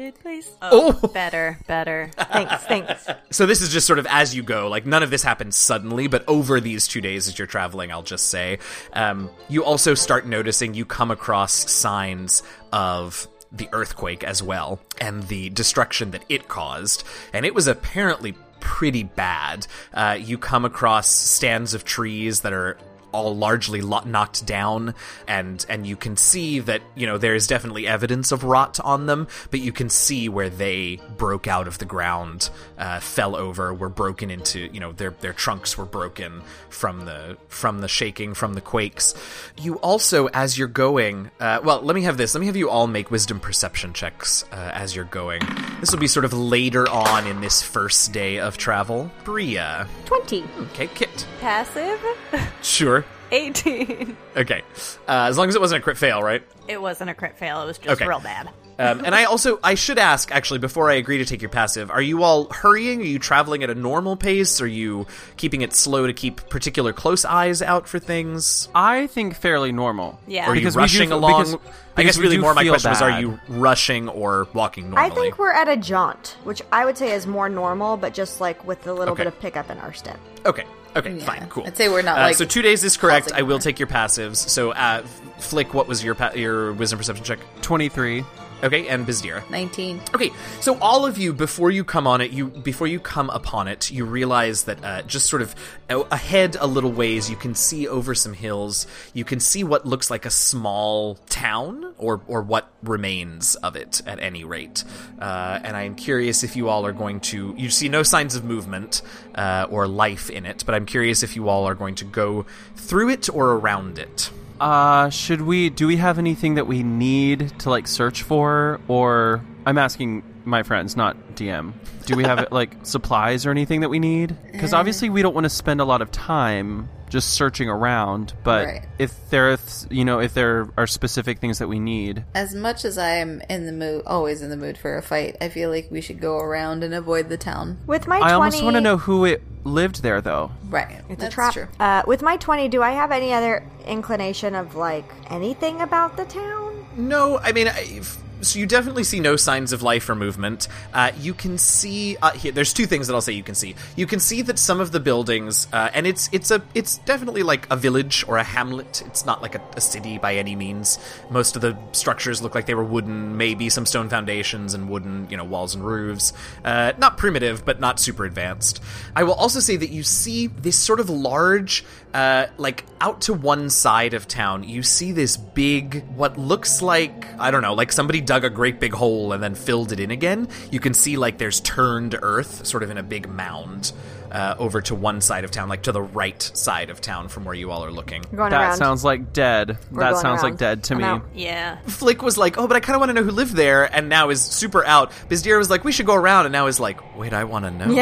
[SPEAKER 3] Oh, better, better.
[SPEAKER 2] Thanks, thanks.
[SPEAKER 1] So this is just sort of as you go. Like none of this happens suddenly, but over these two days as you're traveling, I'll just say, um, you also start noticing you come across signs of the earthquake as well and the destruction that it caused, and it was apparently pretty bad. Uh, you come across stands of trees that are all largely lo- knocked down and and you can see that you know there is definitely evidence of rot on them but you can see where they broke out of the ground uh, fell over were broken into you know their their trunks were broken from the from the shaking from the quakes you also as you're going uh, well let me have this let me have you all make wisdom perception checks uh, as you're going this will be sort of later on in this first day of travel bria
[SPEAKER 2] 20.
[SPEAKER 1] okay kit
[SPEAKER 3] Passive?
[SPEAKER 1] sure
[SPEAKER 3] 18.
[SPEAKER 1] Okay. Uh, as long as it wasn't a crit fail, right?
[SPEAKER 3] It wasn't a crit fail, it was just
[SPEAKER 1] Okay.
[SPEAKER 3] real bad.
[SPEAKER 1] Um, and I also I should ask actually before I agree to take your passive, are you all hurrying? Are you traveling at a normal pace? Are you keeping it slow to keep particular close eyes out for things?
[SPEAKER 4] I think fairly normal.
[SPEAKER 3] Yeah.
[SPEAKER 1] Are you
[SPEAKER 4] Because we do
[SPEAKER 1] rushing
[SPEAKER 4] f-
[SPEAKER 1] along?
[SPEAKER 4] because-
[SPEAKER 1] I guess
[SPEAKER 4] because we
[SPEAKER 1] really
[SPEAKER 4] do
[SPEAKER 1] more my
[SPEAKER 4] feel
[SPEAKER 1] question was: Are
[SPEAKER 4] bad.
[SPEAKER 1] you rushing or walking
[SPEAKER 2] I
[SPEAKER 1] normally?
[SPEAKER 2] think we're at a jaunt, which I would say is more normal, but just like with a little
[SPEAKER 1] Okay.
[SPEAKER 2] bit of pickup in our step.
[SPEAKER 1] Okay. Okay.
[SPEAKER 5] Yeah.
[SPEAKER 1] Fine. Cool.
[SPEAKER 5] I'd say we're not,
[SPEAKER 1] Uh,
[SPEAKER 5] like,
[SPEAKER 1] so two days is correct.
[SPEAKER 5] causing
[SPEAKER 1] I will
[SPEAKER 5] harm.
[SPEAKER 1] take your passives. So uh, Flick, what was your pa- your wisdom perception check?
[SPEAKER 4] Twenty-three.
[SPEAKER 1] Okay, and Bizdira.
[SPEAKER 5] 19.
[SPEAKER 1] Okay, so all of you before you come on it, you before you come upon it, you realize that uh, just sort of a- ahead a little ways, you can see over some hills. You can see what looks like a small town, or or what remains of it, at any rate. Uh, and I am curious if you all are going to. You see no signs of movement uh, or life in it, but I'm curious if you all are going to go through it or around it.
[SPEAKER 4] Uh, should we? Do we have anything that we need to like search for? Or I'm asking my friends, not DM. Do we have like supplies or anything that we need?
[SPEAKER 2] Eh.
[SPEAKER 4] Because obviously we don't want to spend a lot of time just searching around. But
[SPEAKER 5] Right.
[SPEAKER 4] if there, are th- you know, if there are specific things that we need,
[SPEAKER 5] As much as I am in the mood, always in the mood for a fight, I feel like we should go around and avoid the town.
[SPEAKER 2] With my 20.
[SPEAKER 4] I almost want to know who it lived there, though.
[SPEAKER 5] Right. It's
[SPEAKER 2] the trap. Uh, with my 20, do I have any other inclination of like anything about the town?
[SPEAKER 1] No, I mean, I- if- so you definitely see no signs of life or movement. Uh, you can see uh, here. There's two things that I'll say you can see. You can see that some of the buildings, uh, and it's it's a it's definitely like a village or a hamlet. It's not like a, a city by any means. Most of the structures look like they were wooden, maybe some stone foundations and wooden you know walls and roofs. Uh, not primitive, but not super advanced. I will also say that you see this sort of large, uh, like out to one side of town. You see this big, what looks like I don't know, like somebody dug a great big hole and then filled it in again. You can see like there's turned earth, sort of in a big mound. Uh, over to one side of town, like to the right side of town from where you all are looking.
[SPEAKER 2] We're going
[SPEAKER 4] that
[SPEAKER 2] around.
[SPEAKER 4] sounds like dead.
[SPEAKER 2] We're
[SPEAKER 4] that
[SPEAKER 2] going
[SPEAKER 4] sounds like
[SPEAKER 2] around.
[SPEAKER 4] dead to
[SPEAKER 2] I'm
[SPEAKER 4] me.
[SPEAKER 2] out.
[SPEAKER 3] Yeah.
[SPEAKER 1] Flick was like, "Oh, but I kind of want to know who lived there," and now is super out. Bizdira was like, "We should go around," and now is like, "Wait, I want to know."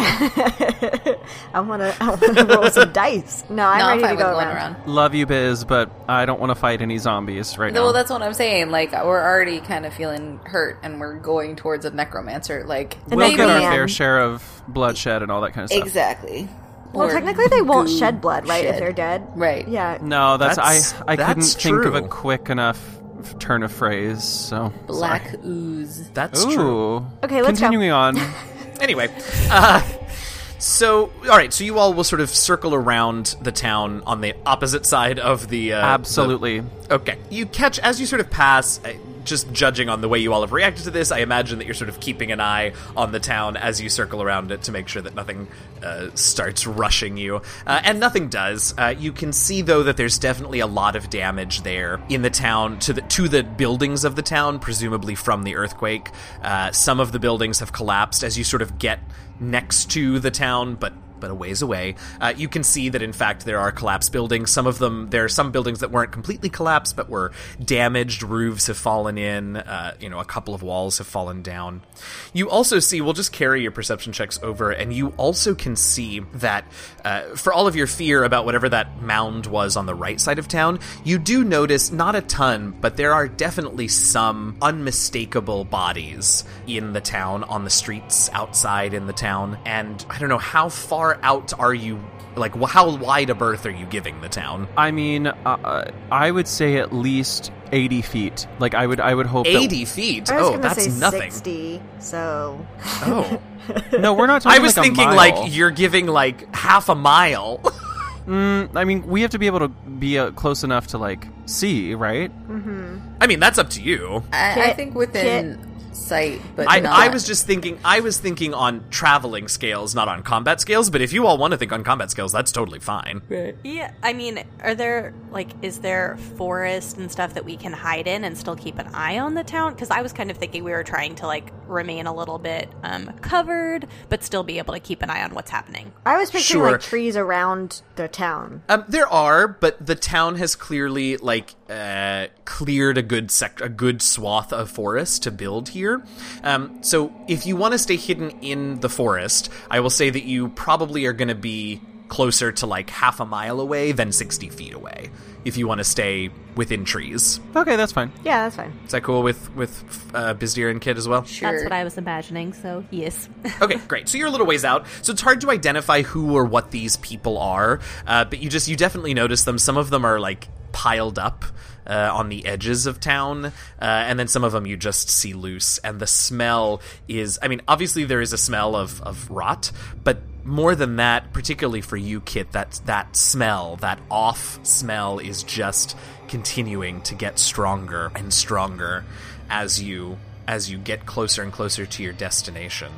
[SPEAKER 2] I want to. I want to roll some dice. No, I'm
[SPEAKER 5] No,
[SPEAKER 2] ready
[SPEAKER 5] I'm
[SPEAKER 2] to
[SPEAKER 5] fine with
[SPEAKER 2] go
[SPEAKER 5] going
[SPEAKER 2] around.
[SPEAKER 5] around.
[SPEAKER 4] Love you, Biz, but I don't want to fight any zombies right
[SPEAKER 5] No,
[SPEAKER 4] now.
[SPEAKER 5] Well, that's what I'm saying. Like, we're already kind of feeling hurt, and we're going towards a necromancer. Like,
[SPEAKER 2] And
[SPEAKER 4] we'll
[SPEAKER 2] they
[SPEAKER 4] get our
[SPEAKER 2] can.
[SPEAKER 4] fair share of bloodshed and all that kind of stuff.
[SPEAKER 5] exactly.
[SPEAKER 2] Well,
[SPEAKER 5] Or
[SPEAKER 2] technically, they won't
[SPEAKER 5] goo
[SPEAKER 2] shed blood, right? If
[SPEAKER 5] shed.
[SPEAKER 2] they're dead,
[SPEAKER 5] Right.
[SPEAKER 2] Yeah.
[SPEAKER 1] Mm.
[SPEAKER 4] No, that's,
[SPEAKER 1] That's-
[SPEAKER 4] I. I couldn't
[SPEAKER 1] that's
[SPEAKER 4] think of a
[SPEAKER 1] true.
[SPEAKER 4] quick enough f- turn of phrase. So
[SPEAKER 5] Black ooze.
[SPEAKER 1] That's
[SPEAKER 4] Sorry.
[SPEAKER 1] true.
[SPEAKER 4] Ooh.
[SPEAKER 2] Okay, let's go.
[SPEAKER 4] Continuing on.
[SPEAKER 1] Anyway, uh, so all right, so you all will sort of circle around the town on the opposite side of the uh,
[SPEAKER 4] Absolutely.
[SPEAKER 1] the- okay, you catch as you sort of pass. uh, Just judging on the way you all have reacted to this, I imagine that you're sort of keeping an eye on the town as you circle around it to make sure that nothing uh, starts rushing you, uh, and nothing does. Uh, you can see though that there's definitely a lot of damage there in the town to the to the buildings of the town, presumably from the earthquake. Uh, some of the buildings have collapsed as you sort of get next to the town, but but a ways away. Uh, you can see that in fact there are collapsed buildings. Some of them there are some buildings that weren't completely collapsed but were damaged. Roofs have fallen in. Uh, you know, a couple of walls have fallen down. You also see. We'll just carry your perception checks over, and you also can see that uh, for all of your fear about whatever that mound was on the right side of town, you do notice not a ton, but there are definitely some unmistakable bodies in the town, on the streets, outside in the town. And I don't know, how far out are you? Like, wh- how wide a berth are you giving the town?
[SPEAKER 4] I mean, uh, I would say at least eighty feet. Like I would, I would hope. that-
[SPEAKER 1] 80 feet?
[SPEAKER 2] I was
[SPEAKER 1] Oh,
[SPEAKER 2] gonna
[SPEAKER 1] that's
[SPEAKER 2] say
[SPEAKER 1] nothing.
[SPEAKER 2] sixty. So
[SPEAKER 1] Oh.
[SPEAKER 4] no, we're not.
[SPEAKER 1] I
[SPEAKER 4] Talking
[SPEAKER 1] was
[SPEAKER 4] like a
[SPEAKER 1] thinking,
[SPEAKER 4] mile.
[SPEAKER 1] like, you're giving, like, half a mile.
[SPEAKER 4] Mm, I mean, we have to be able to be uh, close enough to like see, right?
[SPEAKER 1] I mean, that's up to you.
[SPEAKER 5] I, I
[SPEAKER 2] Kit-
[SPEAKER 5] think within sight, but
[SPEAKER 1] I,
[SPEAKER 5] not.
[SPEAKER 1] I was just thinking I was thinking on traveling scales, not on combat scales, but if you all want to think on combat scales, that's totally fine.
[SPEAKER 3] Yeah. I mean, are there like is there forest and stuff that we can hide in and still keep an eye on the town? Because I was kind of thinking we were trying to like remain a little bit um, covered, but still be able to keep an eye on what's happening.
[SPEAKER 2] I was picturing
[SPEAKER 1] Sure.
[SPEAKER 2] like trees around the town.
[SPEAKER 1] Um, there are, but the town has clearly like uh, cleared a good sect, a good swath of forest to build here. Um, so if you want to stay hidden in the forest, I will say that you probably are going to be closer to like half a mile away than sixty feet away if you want to stay within trees.
[SPEAKER 4] Okay, that's fine.
[SPEAKER 2] Yeah, that's fine.
[SPEAKER 1] Is that cool with with uh, Bizdeer and Kid as well?
[SPEAKER 5] sure.
[SPEAKER 3] That's what I was imagining. So yes.
[SPEAKER 1] okay, great. So you're a little ways out. So it's hard to identify who or what these people are, uh, but you just you definitely notice them. Some of them are like piled up. Uh, on the edges of town, uh, and then some of them you just see loose, and the smell is—I mean, obviously there is a smell of of rot, but more than that, particularly for you, Kit, that that smell, that off smell, is just continuing to get stronger and stronger as you as you get closer and closer to your destination.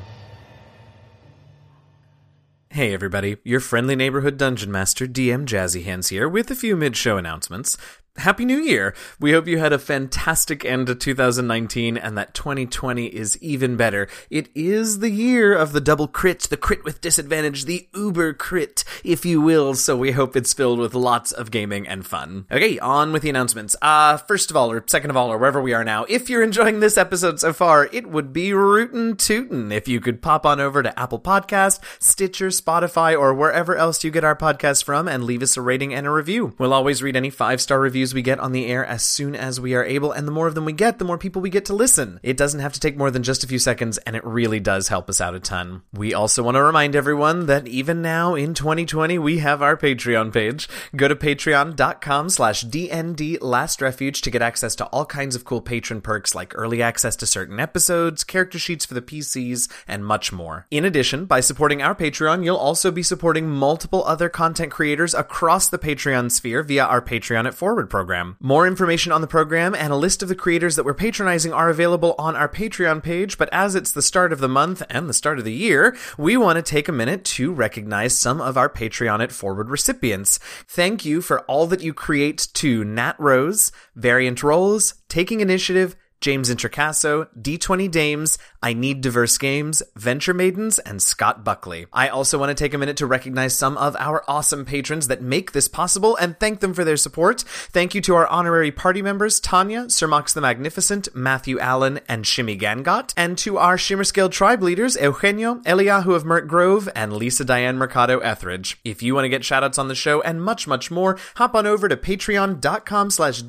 [SPEAKER 1] Hey everybody, your friendly neighborhood dungeon master DM Jazzy Hands here with a few mid-show announcements. Happy New Year! We hope you had a fantastic end to 2019 and that 2020 is even better. It is the year of the double crit, the crit with disadvantage, the uber crit, if you will, so we hope it's filled with lots of gaming and fun. Okay, on with the announcements. Uh, first of all, or second of all, or wherever we are now, if you're enjoying this episode so far, it would be rootin' tootin' if you could pop on over to Apple Podcast, Stitcher, Spotify, or wherever else you get our podcast from and leave us a rating and a review. We'll always read any five-star reviews reviews we get on the air as soon as we are able, and the more of them we get, the more people we get to listen. It doesn't have to take more than just a few seconds, and it really does help us out a ton. We also want to remind everyone that even now in 2020, we have our Patreon page. Go to patreon.com slash DND Last Refuge to get access to all kinds of cool patron perks like early access to certain episodes, character sheets for the PCs, and much more. In addition, by supporting our Patreon, you'll also be supporting multiple other content creators across the Patreon sphere via our Patreon at Forward program. More information on the program and a list of the creators that we're patronizing are available on our Patreon page, but as it's the start of the month and the start of the year, we want to take a minute to recognize some of our Patreon at Forward recipients. Thank you for all that you create to Nat Rose, Variant Roles, Taking Initiative, James Intricasso, D20 Dames, I Need Diverse Games, Venture Maidens, and Scott Buckley. I also want to take a minute to recognize some of our awesome patrons that make this possible and thank them for their support. Thank you to our honorary party members, Tanya, Sir Mox the Magnificent, Matthew Allen, and Shimmy Gangot, and to our Shimmerscale tribe leaders, Eugenio, Eliyahu of Mert Grove, and Lisa Diane Mercado Etheridge. If you want to get shoutouts on the show and much, much more, hop on over to patreon.com slash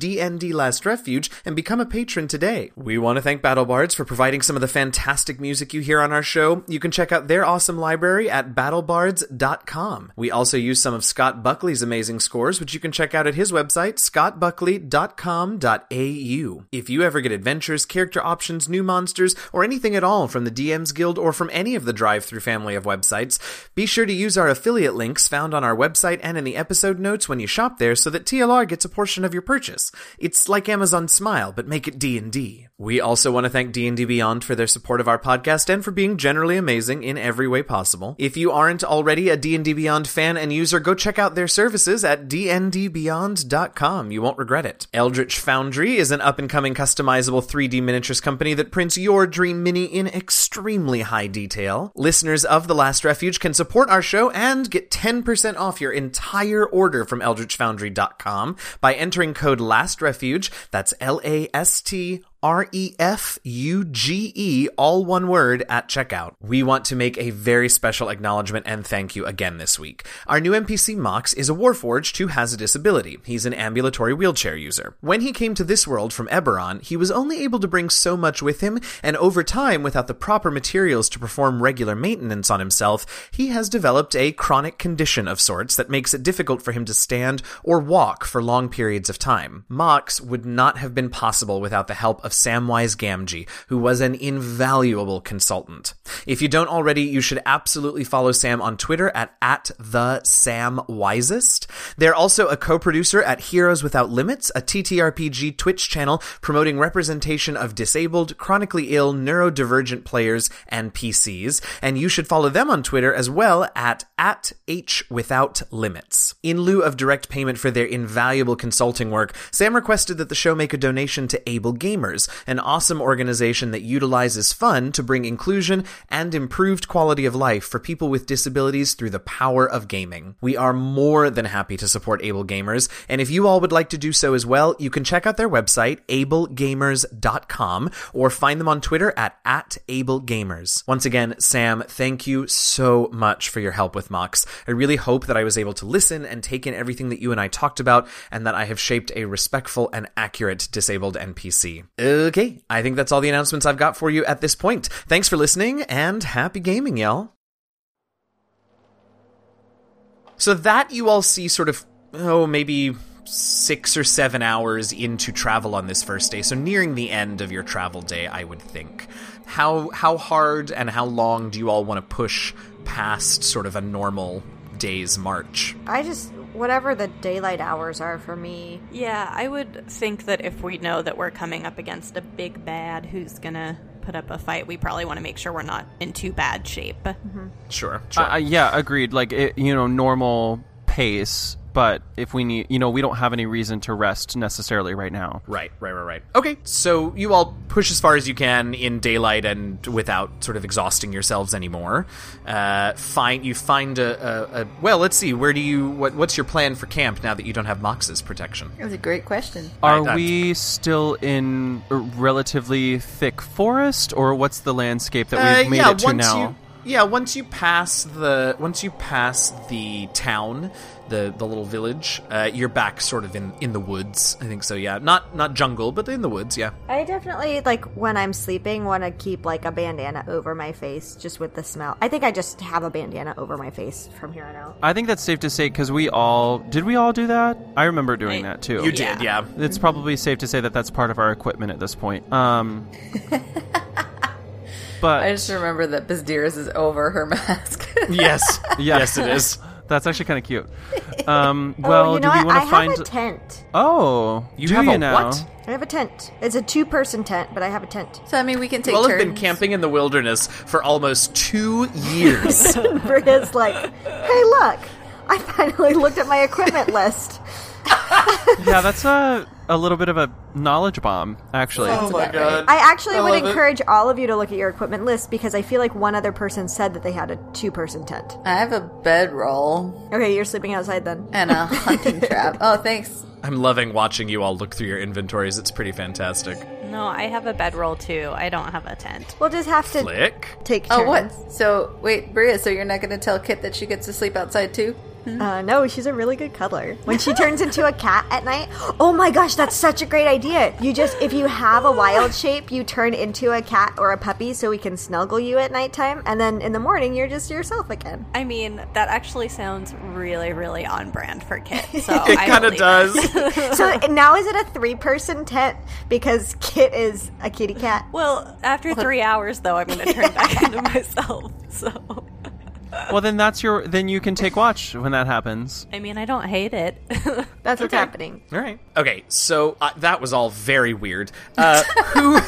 [SPEAKER 1] dndlastrefuge and become a patron today. We want to thank BattleBards for providing some of the fantastic music you hear on our show. You can check out their awesome library at battlebards.com. We also use some of Scott Buckley's amazing scores, which you can check out at his website, scottbuckley.com.au. If you ever get adventures, character options, new monsters, or anything at all from the DM's Guild or from any of the drive through family of websites, be sure to use our affiliate links found on our website and in the episode notes when you shop there so that TLR gets a portion of your purchase. It's like Amazon Smile, but make it D&D. We also want to thank D&D Beyond for their support of our podcast and for being generally amazing in every way possible. If you aren't already a D&D Beyond fan and user, go check out their services at dndbeyond.com. You won't regret it. Eldritch Foundry is an up-and-coming customizable 3D miniatures company that prints your dream mini in extremely high detail. Listeners of The Last Refuge can support our show and get 10% off your entire order from eldritchfoundry.com by entering code LASTREFUGE. That's L A S T R E F U G E, all one word, at checkout. We want to make a very special acknowledgement and thank you again this week. Our new NPC Mox is a Warforged who has a disability. He's an ambulatory wheelchair user. When he came to this world from Eberron, he was only able to bring so much with him, and over time, without the proper materials to perform regular maintenance on himself, he has developed a chronic condition of sorts that makes it difficult for him to stand or walk for long periods of time. Mox would not have been possible without the help of Samwise Gamgee, who was an invaluable consultant. If you don't already, you should absolutely follow Sam on Twitter at, at the Sam Wisest. They're also a co-producer at Heroes Without Limits, a TTRPG Twitch channel promoting representation of disabled, chronically ill, neurodivergent players and PCs, and you should follow them on Twitter as well at, at H Without Limits. In lieu of direct payment for their invaluable consulting work, Sam requested that the show make a donation to Able Gamers, an awesome organization that utilizes fun to bring inclusion and improved quality of life for people with disabilities through the power of gaming. We are more than happy to support Able Gamers, and if you all would like to do so as well, you can check out their website, ablegamers.com, or find them on Twitter at, at ablegamers. Once again, Sam, thank you so much for your help with Mox. I really hope that I was able to listen and take in everything that you and I talked about, and that I have shaped a respectful and accurate disabled NPC. Okay, I think that's all the announcements I've got for you at this point. Thanks for listening and happy gaming, y'all. So that you all see sort of, oh, maybe six or seven hours into travel on this first day, so nearing the end of your travel day, I would think. How how hard and how long do you all want to push past sort of a normal day's march?
[SPEAKER 2] I just whatever the daylight hours are for me.
[SPEAKER 3] Yeah, I would think that if we know that we're coming up against a big bad who's gonna put up a fight, we probably want to make sure we're not in too bad shape.
[SPEAKER 1] Sure, sure.
[SPEAKER 4] Uh, yeah, agreed. Like it, you know, normal pace, but if we need, you know, we don't have any reason to rest necessarily right now.
[SPEAKER 1] Right, right, right, right. Okay, so you all push as far as you can in daylight and without sort of exhausting yourselves anymore. Uh, find you find a, a, a well. Let's see. Where do you what What's your plan for camp now that you don't have Mox's protection?
[SPEAKER 5] That was a great question.
[SPEAKER 4] Are
[SPEAKER 1] that's-
[SPEAKER 4] we still in a relatively thick forest, or what's the landscape that we've
[SPEAKER 1] Uh,
[SPEAKER 4] made
[SPEAKER 1] yeah,
[SPEAKER 4] it to
[SPEAKER 1] once
[SPEAKER 4] now?
[SPEAKER 1] You, Yeah, once you pass the once you pass the town, the the little village, uh, you're back sort of in in the woods. I think so. Yeah, not not jungle, but in the woods. Yeah.
[SPEAKER 2] I definitely like when I'm sleeping want to keep like a bandana over my face just with the smell. I think I just have a bandana over my face from here on out.
[SPEAKER 4] I think that's safe to say because we all did. We all do that. I remember doing
[SPEAKER 3] I-
[SPEAKER 4] that too.
[SPEAKER 1] You did. Oh, Yeah.
[SPEAKER 4] It's probably safe to say that that's part of our equipment at this point. Um,
[SPEAKER 5] I
[SPEAKER 4] but
[SPEAKER 5] just remember that Bazdiris is over her mask.
[SPEAKER 1] Yes.
[SPEAKER 4] Yes.
[SPEAKER 1] yes, it is.
[SPEAKER 4] that's actually kind of cute. Um, well,
[SPEAKER 2] oh, you know
[SPEAKER 4] do we
[SPEAKER 2] what?
[SPEAKER 4] want
[SPEAKER 2] I
[SPEAKER 4] to find?
[SPEAKER 2] have a tent.
[SPEAKER 4] oh,
[SPEAKER 1] You
[SPEAKER 4] do
[SPEAKER 1] have
[SPEAKER 4] you
[SPEAKER 1] a
[SPEAKER 4] now?
[SPEAKER 1] what?
[SPEAKER 2] I have a tent. It's a two-person tent, but I have a tent.
[SPEAKER 5] so I mean, we can take
[SPEAKER 1] Well, I've
[SPEAKER 5] turns.
[SPEAKER 1] been camping in the wilderness for almost two years.
[SPEAKER 2] Bria's like, "Hey, look, I finally looked at my equipment list."
[SPEAKER 4] Yeah, that's a a little bit of a knowledge bomb, actually.
[SPEAKER 1] Oh, my god.
[SPEAKER 2] I actually would
[SPEAKER 1] love it.
[SPEAKER 2] encourage all of you to look at your equipment list because I feel like one other person said that they had a two-person tent.
[SPEAKER 5] I have a bedroll
[SPEAKER 2] Okay, you're sleeping outside then.
[SPEAKER 5] and a hunting trap. Oh, thanks.
[SPEAKER 1] I'm loving watching you all look through your inventories. It's pretty fantastic.
[SPEAKER 3] No, I have a bedroll too. I don't have a tent.
[SPEAKER 2] We'll just have to
[SPEAKER 1] Flick.
[SPEAKER 2] take turns.
[SPEAKER 5] Oh, what? So wait, Bria. So you're not going to tell Kit that she gets to sleep outside too?
[SPEAKER 2] Uh, no, she's a really good cuddler. When she turns into a cat at night, oh my gosh, that's such a great idea. You just, if you have a wild shape, you turn into a cat or a puppy so we can snuggle you at nighttime. And then in the morning, you're just yourself again.
[SPEAKER 3] I mean, that actually sounds really, really on brand for Kit. So
[SPEAKER 1] It
[SPEAKER 3] I
[SPEAKER 1] kind of
[SPEAKER 3] believe
[SPEAKER 1] does.
[SPEAKER 2] So now is it a three person tent because Kit is a kitty cat?
[SPEAKER 3] Well, after three hours, though, I'm going to turn back into myself. So,
[SPEAKER 4] Well, then that's your. Then you can take watch when that happens.
[SPEAKER 3] I mean, I don't hate it.
[SPEAKER 2] That's what's happening.
[SPEAKER 1] All right. Okay, so uh, that was all very weird. Uh, who?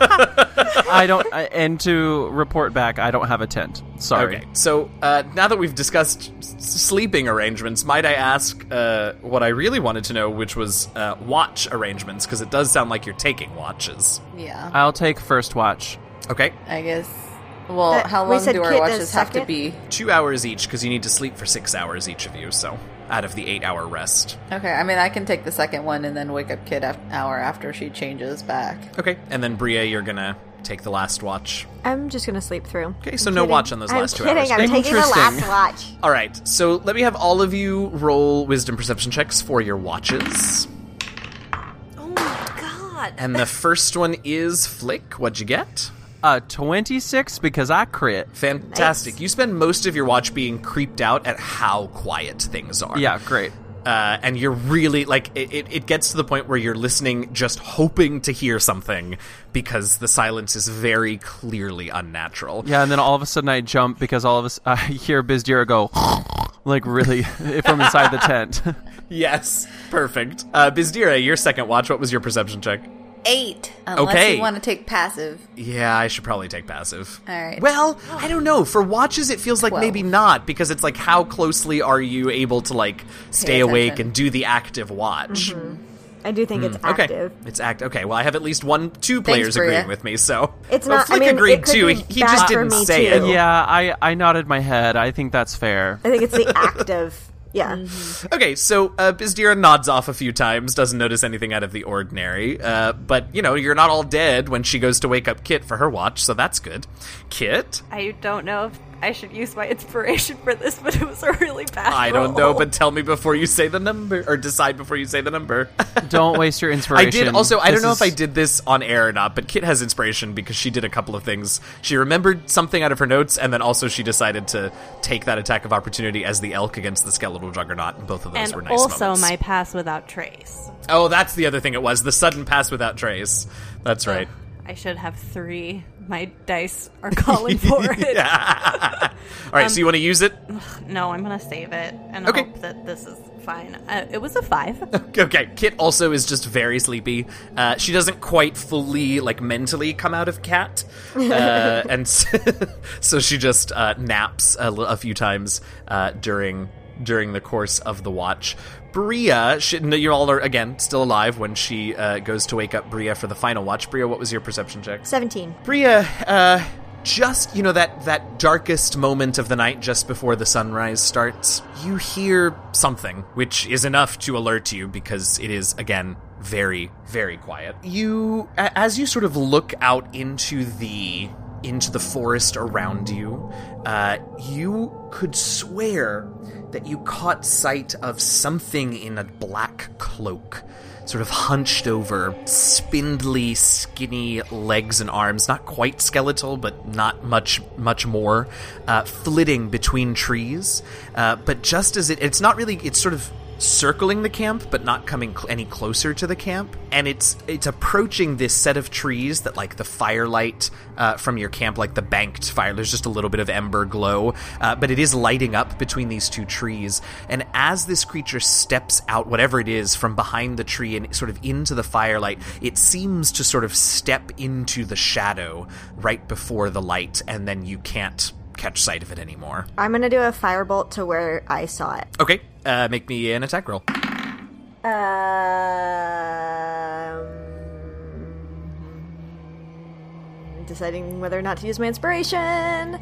[SPEAKER 4] I don't. I, and to report back, I don't have a tent. Sorry.
[SPEAKER 1] Okay, so uh, now that we've discussed s- sleeping arrangements, might I ask uh, what I really wanted to know, which was uh, watch arrangements, because it does sound like you're taking watches.
[SPEAKER 5] Yeah.
[SPEAKER 4] I'll take first watch.
[SPEAKER 1] Okay,
[SPEAKER 5] I guess. Well,
[SPEAKER 2] But
[SPEAKER 5] how
[SPEAKER 2] we
[SPEAKER 5] long
[SPEAKER 2] said
[SPEAKER 5] do our
[SPEAKER 2] Kit
[SPEAKER 5] watches
[SPEAKER 2] is
[SPEAKER 5] have to
[SPEAKER 2] second?
[SPEAKER 5] be?
[SPEAKER 1] two hours each, because you need to sleep for six hours each of you, so out of the eight hour rest.
[SPEAKER 5] Okay. I mean, I can take the second one and then wake up Kit af- hour after she changes back.
[SPEAKER 1] Okay, and then Bria, you're gonna take the last watch.
[SPEAKER 2] I'm just going to sleep through.
[SPEAKER 1] Okay, so no watch on those
[SPEAKER 2] I'm
[SPEAKER 1] last two
[SPEAKER 2] kidding.
[SPEAKER 1] hours.
[SPEAKER 2] I'm taking the
[SPEAKER 4] Interesting.
[SPEAKER 2] last watch.
[SPEAKER 1] All right, so let me have all of you roll wisdom perception checks for your watches.
[SPEAKER 3] oh my god!
[SPEAKER 1] And the first one is Flick. What'd you get?
[SPEAKER 4] Uh, twenty six because I crit.
[SPEAKER 1] Fantastic. You spend most of your watch being creeped out at how quiet things are.
[SPEAKER 4] Yeah, great.
[SPEAKER 1] Uh, and you're really, like, it, it, it gets to the point where you're listening just hoping to hear something because the silence is very clearly unnatural.
[SPEAKER 4] Yeah, and then all of a sudden I jump because all of us I hear Bizdira go like really from inside the tent.
[SPEAKER 1] Yes. Perfect. Uh, Bizdira, your second watch, what was your perception check?
[SPEAKER 5] Eight. Unless
[SPEAKER 1] Okay.
[SPEAKER 5] you want to take passive.
[SPEAKER 1] Yeah, I should probably take passive.
[SPEAKER 5] All right.
[SPEAKER 1] Well, I don't know. For watches, it feels like
[SPEAKER 5] Twelve.
[SPEAKER 1] maybe not because it's like how closely are you able to like stay awake
[SPEAKER 5] attention.
[SPEAKER 1] and do the active watch?
[SPEAKER 2] I do think it's
[SPEAKER 1] Hmm, Okay,
[SPEAKER 2] active.
[SPEAKER 1] it's active. Okay, well, I have at least one, two players
[SPEAKER 5] Bria.
[SPEAKER 1] agreeing with me. So
[SPEAKER 2] It's
[SPEAKER 1] well,
[SPEAKER 2] not- I
[SPEAKER 1] Flick
[SPEAKER 2] mean,
[SPEAKER 1] agreed
[SPEAKER 2] it could
[SPEAKER 1] too.
[SPEAKER 2] be
[SPEAKER 1] He, he
[SPEAKER 2] bad
[SPEAKER 1] just
[SPEAKER 2] for
[SPEAKER 1] didn't
[SPEAKER 2] me,
[SPEAKER 1] say
[SPEAKER 2] too.
[SPEAKER 1] it.
[SPEAKER 4] yeah, I I nodded my head. I think that's fair.
[SPEAKER 2] I think it's the active. Yeah.
[SPEAKER 1] Mm-hmm. Okay, so uh, Bizdira nods off a few times, doesn't notice anything out of the ordinary. Uh, but you know, you're not all dead when she goes to wake up Kit for her watch, so that's good. Kit,
[SPEAKER 3] I don't know if I should use my inspiration for this, but it was a really bad.
[SPEAKER 1] I don't
[SPEAKER 3] roll.
[SPEAKER 1] know, but tell me before you say the number, or decide before you say the number.
[SPEAKER 4] Don't waste your
[SPEAKER 1] I
[SPEAKER 4] inspiration.
[SPEAKER 1] did also. I
[SPEAKER 4] This
[SPEAKER 1] don't know if I
[SPEAKER 4] is-
[SPEAKER 1] did this on air or not, but Kit has inspiration because she did a couple of things. She remembered something out of her notes, and then also she decided to take that attack of opportunity as the elk against the skeletal juggernaut, and both of those
[SPEAKER 3] and
[SPEAKER 1] were nice
[SPEAKER 3] also
[SPEAKER 1] moments.
[SPEAKER 3] my pass without trace.
[SPEAKER 1] oh, that's the other thing. It was the sudden pass without trace. That's right.
[SPEAKER 3] I should have three. My dice are calling for it.
[SPEAKER 1] All
[SPEAKER 3] Um,
[SPEAKER 1] right, so you want to use it?
[SPEAKER 3] No, I'm gonna save it and
[SPEAKER 1] Okay.
[SPEAKER 3] hope that this is fine. Uh, it was a five.
[SPEAKER 1] Okay, Kit also is just very sleepy. Uh, she doesn't quite fully, like, mentally come out of cat. Uh, and s- so she just uh, naps a, li- a few times uh, during during the course of the watch. Bria, she, no, you all are, again, still alive when she uh, goes to wake up Bria for the final watch. Bria, what was your perception check?
[SPEAKER 2] 17.
[SPEAKER 1] Bria, uh, just you know that that darkest moment of the night, just before the sunrise starts, you hear something, which is enough to alert you because it is again very, very quiet. You, a- as you sort of look out into the into the forest around you, uh, you could swear that you caught sight of something in a black cloak sort of hunched over, spindly, skinny legs and arms, not quite skeletal, but not much, much more, uh, flitting between trees. Uh, but just as it, it's not really, it's sort of circling the camp, but not coming cl- any closer to the camp. And it's it's approaching this set of trees that, like the firelight uh, from your camp, like the banked fire. There's just a little bit of ember glow, uh, but it is lighting up between these two trees. And as this creature steps out, whatever it is, from behind the tree and sort of into the firelight, it seems to sort of step into the shadow right before the light, and then you can't catch sight of it anymore.
[SPEAKER 2] I'm gonna do a firebolt to where I saw it.
[SPEAKER 1] Okay, uh, make me an attack roll.
[SPEAKER 2] Um, deciding whether or not to use my inspiration.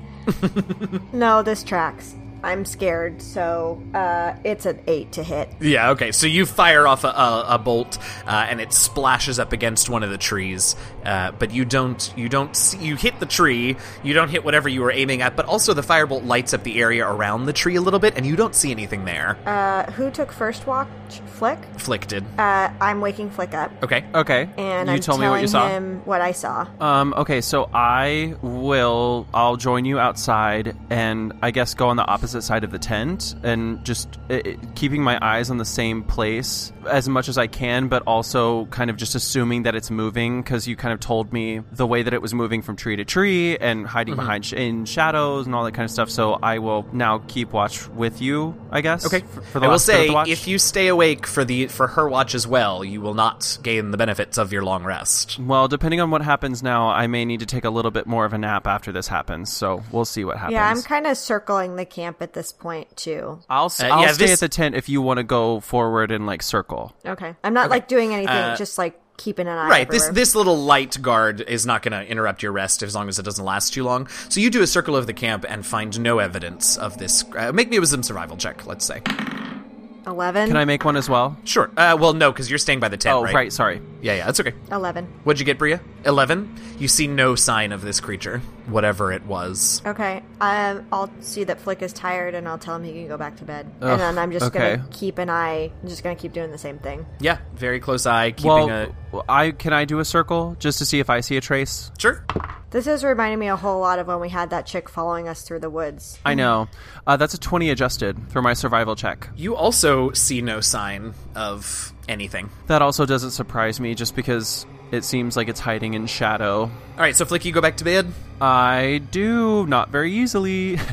[SPEAKER 2] no, this tracks. I'm scared, so uh, it's an eight to hit.
[SPEAKER 1] Yeah, okay. So you fire off a, a, a bolt, uh, and it splashes up against one of the trees. Uh, but you don't, you don't, see, you hit the tree. You don't hit whatever you were aiming at. But also, the firebolt lights up the area around the tree a little bit, and you don't see anything there.
[SPEAKER 2] Uh, who took first watch? Flick.
[SPEAKER 1] Afflicted.
[SPEAKER 2] Uh, I'm waking Flick up,
[SPEAKER 1] okay.
[SPEAKER 4] Okay.
[SPEAKER 2] and
[SPEAKER 4] you
[SPEAKER 2] I'm telling
[SPEAKER 4] told me what you saw.
[SPEAKER 2] him what I saw.
[SPEAKER 4] Um, okay, so I will. I'll join you outside, and I guess go on the opposite side of the tent, and just uh, uh, keeping my eyes on the same place as much as I can, but also kind of just assuming that it's moving because you kind of told me the way that it was moving from tree to tree and hiding
[SPEAKER 1] Mm-hmm.
[SPEAKER 4] behind sh- in shadows and all that kind of stuff. So I will now keep watch with you. I guess.
[SPEAKER 1] Okay.
[SPEAKER 4] f- For, the
[SPEAKER 1] I will
[SPEAKER 4] last bit of
[SPEAKER 1] say,
[SPEAKER 4] the watch.
[SPEAKER 1] if you stay awake for the for her watch as well, you will not gain the benefits of your long rest.
[SPEAKER 4] Well, depending on what happens now, I may need to take a little bit more of a nap after this happens. So we'll see what happens.
[SPEAKER 2] Yeah, I'm kind of circling the camp at this point too.
[SPEAKER 4] I'll, s
[SPEAKER 1] Uh,
[SPEAKER 4] will
[SPEAKER 1] yeah,
[SPEAKER 4] stay
[SPEAKER 1] this-
[SPEAKER 4] at the tent if you want to go forward and like circle.
[SPEAKER 2] Okay, I'm not like doing anything,
[SPEAKER 4] Uh,
[SPEAKER 2] just like keeping an eye.
[SPEAKER 1] Right. This
[SPEAKER 2] everywhere.
[SPEAKER 1] this little light guard is not going to interrupt your rest as long as it doesn't last too long. So you do a circle of the camp and find no evidence of this. Uh, make me a wisdom survival check. Let's say.
[SPEAKER 2] eleven.
[SPEAKER 4] Can I make one as well?
[SPEAKER 1] Sure. Uh, well, no, because you're staying by the tent,
[SPEAKER 4] oh,
[SPEAKER 1] right?
[SPEAKER 4] right. Sorry.
[SPEAKER 1] Yeah, yeah, that's okay.
[SPEAKER 2] Eleven.
[SPEAKER 1] What'd you get, Bria? Eleven. You see no sign of this creature, whatever it was.
[SPEAKER 2] Okay. Um, I'll see that Flick is tired, and I'll tell him he can go back to bed.
[SPEAKER 4] Ugh,
[SPEAKER 2] and then I'm just
[SPEAKER 4] okay.
[SPEAKER 2] gonna keep an eye. I'm just gonna keep doing the same thing.
[SPEAKER 1] Yeah, very close eye, keeping
[SPEAKER 4] Well,
[SPEAKER 1] a
[SPEAKER 4] I can I do a circle just to see if I see a trace.
[SPEAKER 1] sure.
[SPEAKER 2] This is reminding me a whole lot of when we had that chick following us through the woods.
[SPEAKER 1] Mm-hmm.
[SPEAKER 4] I know. Uh, that's a twenty adjusted for my survival check.
[SPEAKER 1] You also see no sign of anything.
[SPEAKER 4] That also doesn't surprise me, just because it seems like it's hiding in shadow.
[SPEAKER 1] All right, so Flick, you go back to bed.
[SPEAKER 4] I do not very easily.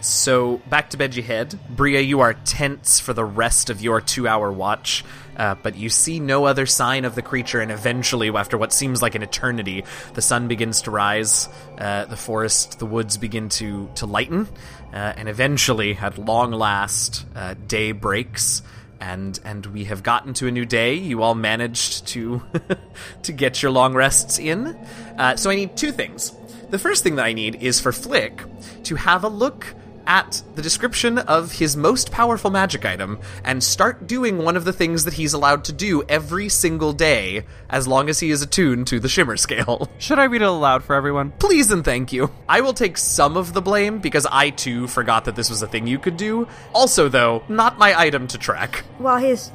[SPEAKER 1] So back to bed you head. Bria, you are tense for the rest of your two hour watch, uh, but you see no other sign of the creature, and eventually, after what seems like an eternity, the sun begins to rise, uh, the forest, the woods begin to, to lighten, uh, and eventually, at long last, uh, day breaks. And and we have gotten to a new day. You all managed to to get your long rests in. Uh, so I need two things. The first thing that I need is for Flick to have a look at the description of his most powerful magic item and start doing one of the things that he's allowed to do every single day as long as he is attuned to the shimmer scale.
[SPEAKER 4] Should I read it aloud for everyone?
[SPEAKER 1] Please and thank you. I will take some of the blame because I too forgot that this was a thing you could do. Also, though, not my item to track.
[SPEAKER 2] While he's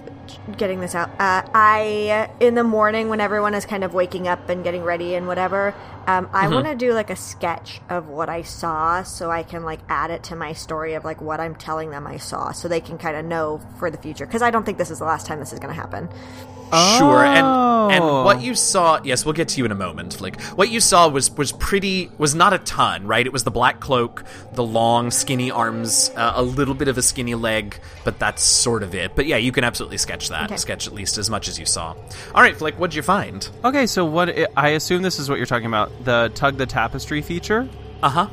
[SPEAKER 2] getting this out, uh, I in the morning when everyone is kind of waking up and getting ready and whatever, um, I
[SPEAKER 4] Mm-hmm.
[SPEAKER 2] want to do like a sketch of what I saw, so I can like add it to my story of like what I'm telling them I saw, so they can kind of know for the future. Because I don't think this is the last time this is going to happen.
[SPEAKER 1] Sure, and and
[SPEAKER 4] Oh.
[SPEAKER 1] what you saw, yes, we'll get to you in a moment. Like what you saw was was pretty was not a ton, right? It was the black cloak, the long skinny arms, uh, a little bit of a skinny leg, but that's sort of it. But yeah, you can absolutely sketch that.
[SPEAKER 2] Okay.
[SPEAKER 1] Sketch at least as much as you saw. All right, Flick, what'd you find?
[SPEAKER 4] Okay, so what i I assume this is what you're talking about the tug the tapestry feature.
[SPEAKER 1] Uh huh.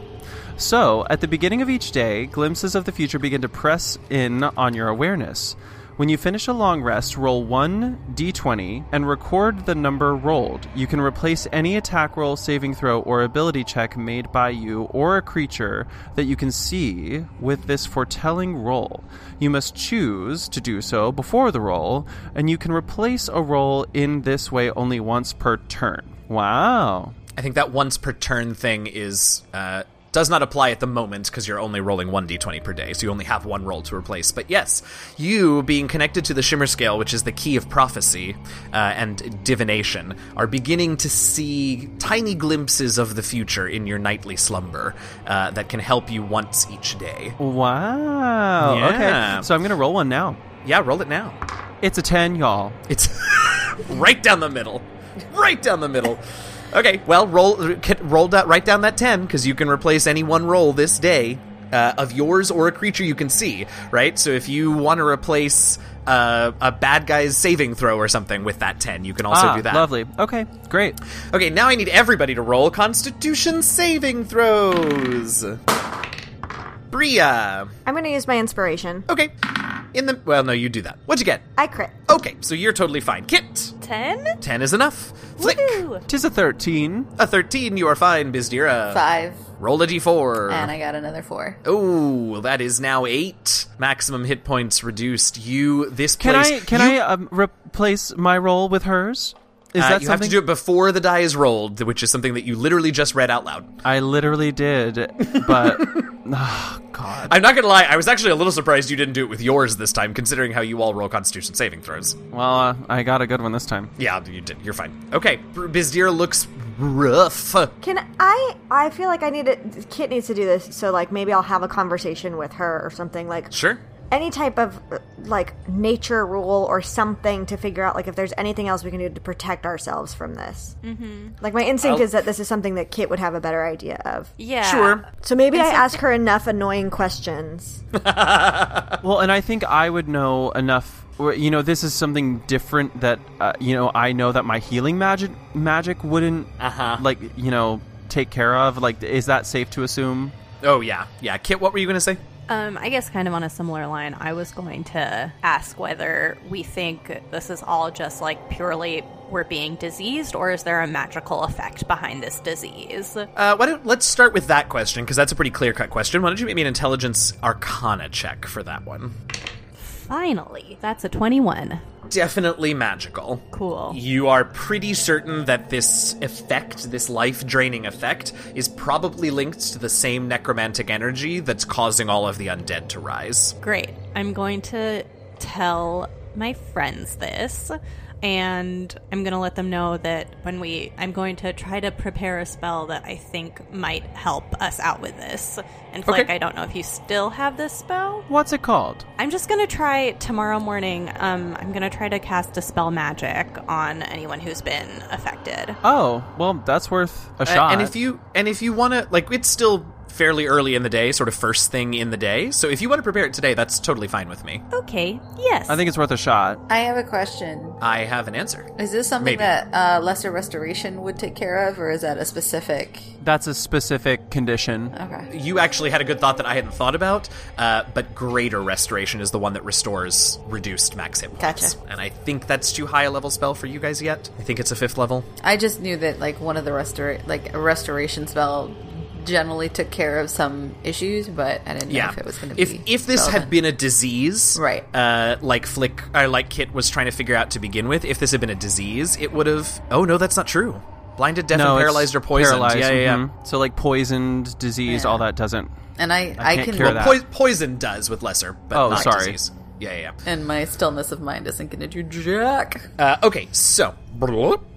[SPEAKER 4] So, at the beginning of each day, glimpses of the future begin to press in on your awareness. When you finish a long rest, roll 1 d20 and record the number rolled. You can replace any attack roll, saving throw, or ability check made by you or a creature that you can see with this foretelling roll. You must choose to do so before the roll, and you can replace a roll in this way only once per turn. Wow.
[SPEAKER 1] I think that once per turn thing is uh, does not apply at the moment because you're only rolling one d20 per day, so you only have one roll to replace. But yes, you being connected to the Shimmer Scale, which is the key of prophecy uh, and divination, are beginning to see tiny glimpses of the future in your nightly slumber uh, that can help you once each day.
[SPEAKER 4] Wow.
[SPEAKER 1] Yeah.
[SPEAKER 4] Okay. So I'm gonna roll one now.
[SPEAKER 1] Yeah, roll it now.
[SPEAKER 4] It's a ten, y'all.
[SPEAKER 1] It's right down the middle. Right down the middle. Okay, well, roll can- roll that right down that 10 cuz you can replace any one roll this day uh, of yours or a creature you can see, right? So if you want to replace uh, a bad guy's saving throw or something with that 10, you can also
[SPEAKER 4] ah,
[SPEAKER 1] do that.
[SPEAKER 4] Lovely. Okay. Great.
[SPEAKER 1] Okay, now I need everybody to roll constitution saving throws. Bria.
[SPEAKER 2] I'm going to use my inspiration.
[SPEAKER 1] Okay. In the well, no, you do that. What'd you get?
[SPEAKER 2] I crit.
[SPEAKER 1] Okay, so you're totally fine. Kit.
[SPEAKER 3] 10?
[SPEAKER 1] 10 is enough. Flick.
[SPEAKER 3] Woo!
[SPEAKER 4] Tis a thirteen.
[SPEAKER 1] A 13, you are fine, Bizdira.
[SPEAKER 5] Five,
[SPEAKER 1] Roll a d4.
[SPEAKER 5] and I got another four.
[SPEAKER 1] Uh-huh. oh, that is now 8. Maximum hit points reduced. You, this
[SPEAKER 4] Can
[SPEAKER 1] place.
[SPEAKER 4] I can I um, replace my roll with hers? Is
[SPEAKER 1] uh,
[SPEAKER 4] that
[SPEAKER 1] you have
[SPEAKER 4] something
[SPEAKER 1] to do it before the die is rolled, which is something that you literally just read out loud.
[SPEAKER 4] I literally did, but oh god.
[SPEAKER 1] I'm not going to lie, I was actually a little surprised you didn't do it with yours this time, considering how you all roll constitution saving throws.
[SPEAKER 4] Well, uh, I got a good one this time.
[SPEAKER 1] Yeah, you did. You're fine. Okay, Bizdira looks rough.
[SPEAKER 2] Can I? I feel like I need to. Kit needs to do this, so like maybe I'll have a conversation with her or something. Like
[SPEAKER 1] Sure.
[SPEAKER 2] any type of uh, like nature rule or something to figure out like if there's anything else we can do to protect ourselves from this. Mm-hmm. Like my instinct
[SPEAKER 1] I'll-
[SPEAKER 2] is that this is something that Kit would have a better idea of.
[SPEAKER 3] Yeah.
[SPEAKER 1] Sure.
[SPEAKER 2] So maybe I ask her enough annoying questions.
[SPEAKER 4] Well, and I think I would know enough. or, You know, this is something different that uh, you know. I know that my healing magic magic wouldn't
[SPEAKER 1] Uh-huh.
[SPEAKER 4] like you know take care of. Like, is that safe to assume?
[SPEAKER 1] Oh, yeah. Yeah. Kit, what were you going to say?
[SPEAKER 3] Um, I guess kind of on a similar line, I was going to ask whether we think this is all just like purely we're being diseased, or is there a magical effect behind this disease?
[SPEAKER 1] Uh, why don't let's start with that question because that's a pretty clear cut question. Why don't you make me an intelligence arcana check for that one?
[SPEAKER 3] Finally, that's a 21.
[SPEAKER 1] Definitely magical.
[SPEAKER 3] Cool.
[SPEAKER 1] You are pretty certain that this effect, this life draining effect, is probably linked to the same necromantic energy that's causing all of the undead to rise.
[SPEAKER 3] Great. I'm going to tell my friends this and I'm going to let them know that when we I'm going to try to prepare a spell that I think might help us out with this. And Flick, I don't know if you still have this spell.
[SPEAKER 4] What's it called?
[SPEAKER 3] I'm just going to try tomorrow morning. Um I'm going to try to cast a spell magic on anyone who's been affected.
[SPEAKER 4] Oh, well, that's worth a shot.
[SPEAKER 1] And if you and if you want to, like, it's still fairly early in the day, sort of first thing in the day. So if you want to prepare it today, that's totally fine with me.
[SPEAKER 3] Okay. Yes.
[SPEAKER 4] I think it's worth a shot.
[SPEAKER 5] I have a question.
[SPEAKER 1] I have an answer.
[SPEAKER 5] Is this something
[SPEAKER 1] Maybe.
[SPEAKER 5] that uh, Lesser Restoration would take care of, or is that a specific?
[SPEAKER 4] That's a specific condition.
[SPEAKER 5] Okay.
[SPEAKER 1] You actually had a good thought that I hadn't thought about, uh, but greater restoration is the one that restores reduced max hit points.
[SPEAKER 5] Gotcha.
[SPEAKER 1] And I think that's too high a level spell for you guys yet. I think it's a fifth level.
[SPEAKER 5] I just knew that like one of the restor like a restoration spell generally took care of some issues, but I didn't know if it was going to
[SPEAKER 1] if
[SPEAKER 5] be.
[SPEAKER 1] if this
[SPEAKER 5] relevant.
[SPEAKER 1] had been a disease,
[SPEAKER 5] Right.
[SPEAKER 1] Uh, like Flick or like Kit was trying to figure out to begin with, if this had been a disease, it would have. Oh no, that's not true. Blinded, deaf,
[SPEAKER 4] No,
[SPEAKER 1] and
[SPEAKER 4] it's
[SPEAKER 1] paralyzed or poisoned.
[SPEAKER 4] paralyzed,
[SPEAKER 1] Yeah, yeah, yeah.
[SPEAKER 4] mhm. So like poisoned, diseased, all that doesn't.
[SPEAKER 5] and I I,
[SPEAKER 4] can't
[SPEAKER 5] can
[SPEAKER 4] cure that.
[SPEAKER 1] Poi- poison does with lesser, but
[SPEAKER 4] Oh,
[SPEAKER 1] not
[SPEAKER 4] sorry.
[SPEAKER 1] disease. Yeah, yeah. yeah.
[SPEAKER 5] and my stillness of mind isn't going to do jack.
[SPEAKER 1] Uh, okay, so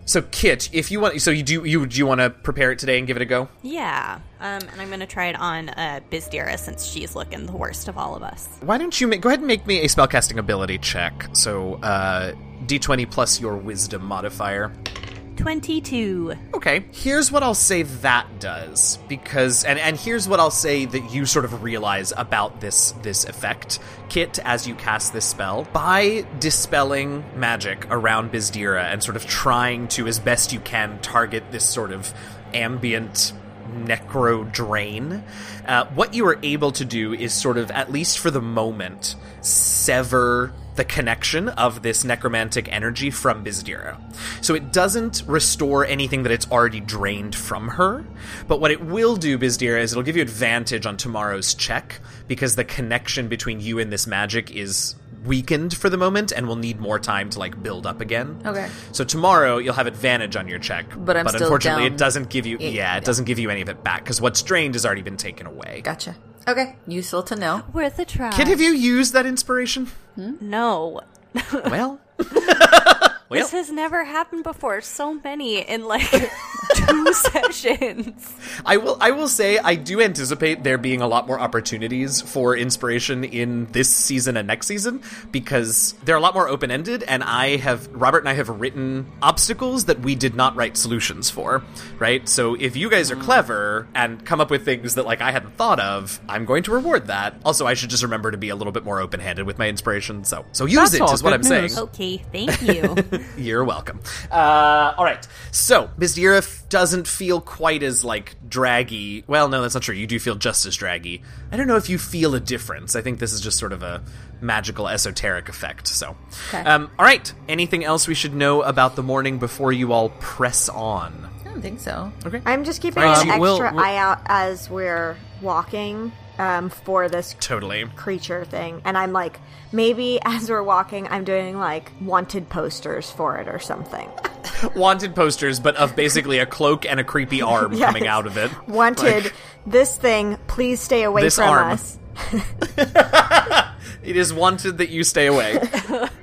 [SPEAKER 1] so Kit, if you want, so you do you do you want to prepare it today and give it a go?
[SPEAKER 3] yeah. Um and I'm going to try it on uh Bizdira since she's looking the worst of all of us.
[SPEAKER 1] Why don't you make, go ahead and make me a spellcasting ability check? So uh, d20 plus your wisdom modifier.
[SPEAKER 3] 22.
[SPEAKER 1] Okay, here's what I'll say that does because, and and here's what I'll say that you sort of realize about this this effect, Kit, as you cast this spell by dispelling magic around Bizdira and sort of trying to, as best you can, target this sort of ambient necro drain. Uh, what you are able to do is sort of, at least for the moment, sever the connection of this necromantic energy from Bizdira. So it doesn't restore anything that it's already drained from her, but what it will do, Bizdira, is it'll give you advantage on tomorrow's check because the connection between you and this magic is weakened for the moment and will need more time to like build up again.
[SPEAKER 5] Okay.
[SPEAKER 1] So tomorrow you'll have advantage on your check,
[SPEAKER 5] But I'm still
[SPEAKER 1] unfortunately
[SPEAKER 5] down
[SPEAKER 1] it doesn't give you
[SPEAKER 5] eight.
[SPEAKER 1] yeah, it doesn't give you any of it back because what's drained has already been taken away.
[SPEAKER 5] Gotcha. Okay. Useful to know.
[SPEAKER 3] Worth a try.
[SPEAKER 1] Kid, have you used that inspiration?
[SPEAKER 3] No.
[SPEAKER 1] Well,
[SPEAKER 3] This has never happened before. So many in like two sessions.
[SPEAKER 1] I will. I will say I do anticipate there being a lot more opportunities for inspiration in this season and next season because they're a lot more open ended. And I have Robert and I have written obstacles that we did not write solutions for. Right. So if you guys are clever and come up with things that like I hadn't thought of, I'm going to reward that. Also, I should just remember to be a little bit more open handed with my inspiration. So so use
[SPEAKER 4] That's
[SPEAKER 1] it
[SPEAKER 4] all
[SPEAKER 1] is what I'm
[SPEAKER 4] good
[SPEAKER 1] saying.
[SPEAKER 4] news.
[SPEAKER 3] Okay, thank you.
[SPEAKER 1] You're welcome. Uh, all right. So, Ms. Yerif doesn't feel quite as, like, draggy. Well, no, that's not true. You do feel just as draggy. I don't know if you feel a difference. I think this is just sort of a magical, esoteric effect. So, um, all right. Anything else we should know about the morning before you all press on?
[SPEAKER 5] I don't think so.
[SPEAKER 2] I'm just keeping
[SPEAKER 1] Right,
[SPEAKER 2] an
[SPEAKER 1] so
[SPEAKER 2] extra
[SPEAKER 4] you will- will-
[SPEAKER 2] eye out as we're walking um, for this
[SPEAKER 1] Totally.
[SPEAKER 2] creature thing. And I'm like, maybe as we're walking, I'm doing like wanted posters for it or something.
[SPEAKER 1] Wanted posters, but of basically a cloak and a creepy arm
[SPEAKER 2] Yes.
[SPEAKER 1] coming out of it.
[SPEAKER 2] Wanted this thing, please stay away
[SPEAKER 1] This
[SPEAKER 2] from
[SPEAKER 1] arm.
[SPEAKER 2] us.
[SPEAKER 1] It is wanted that you stay away.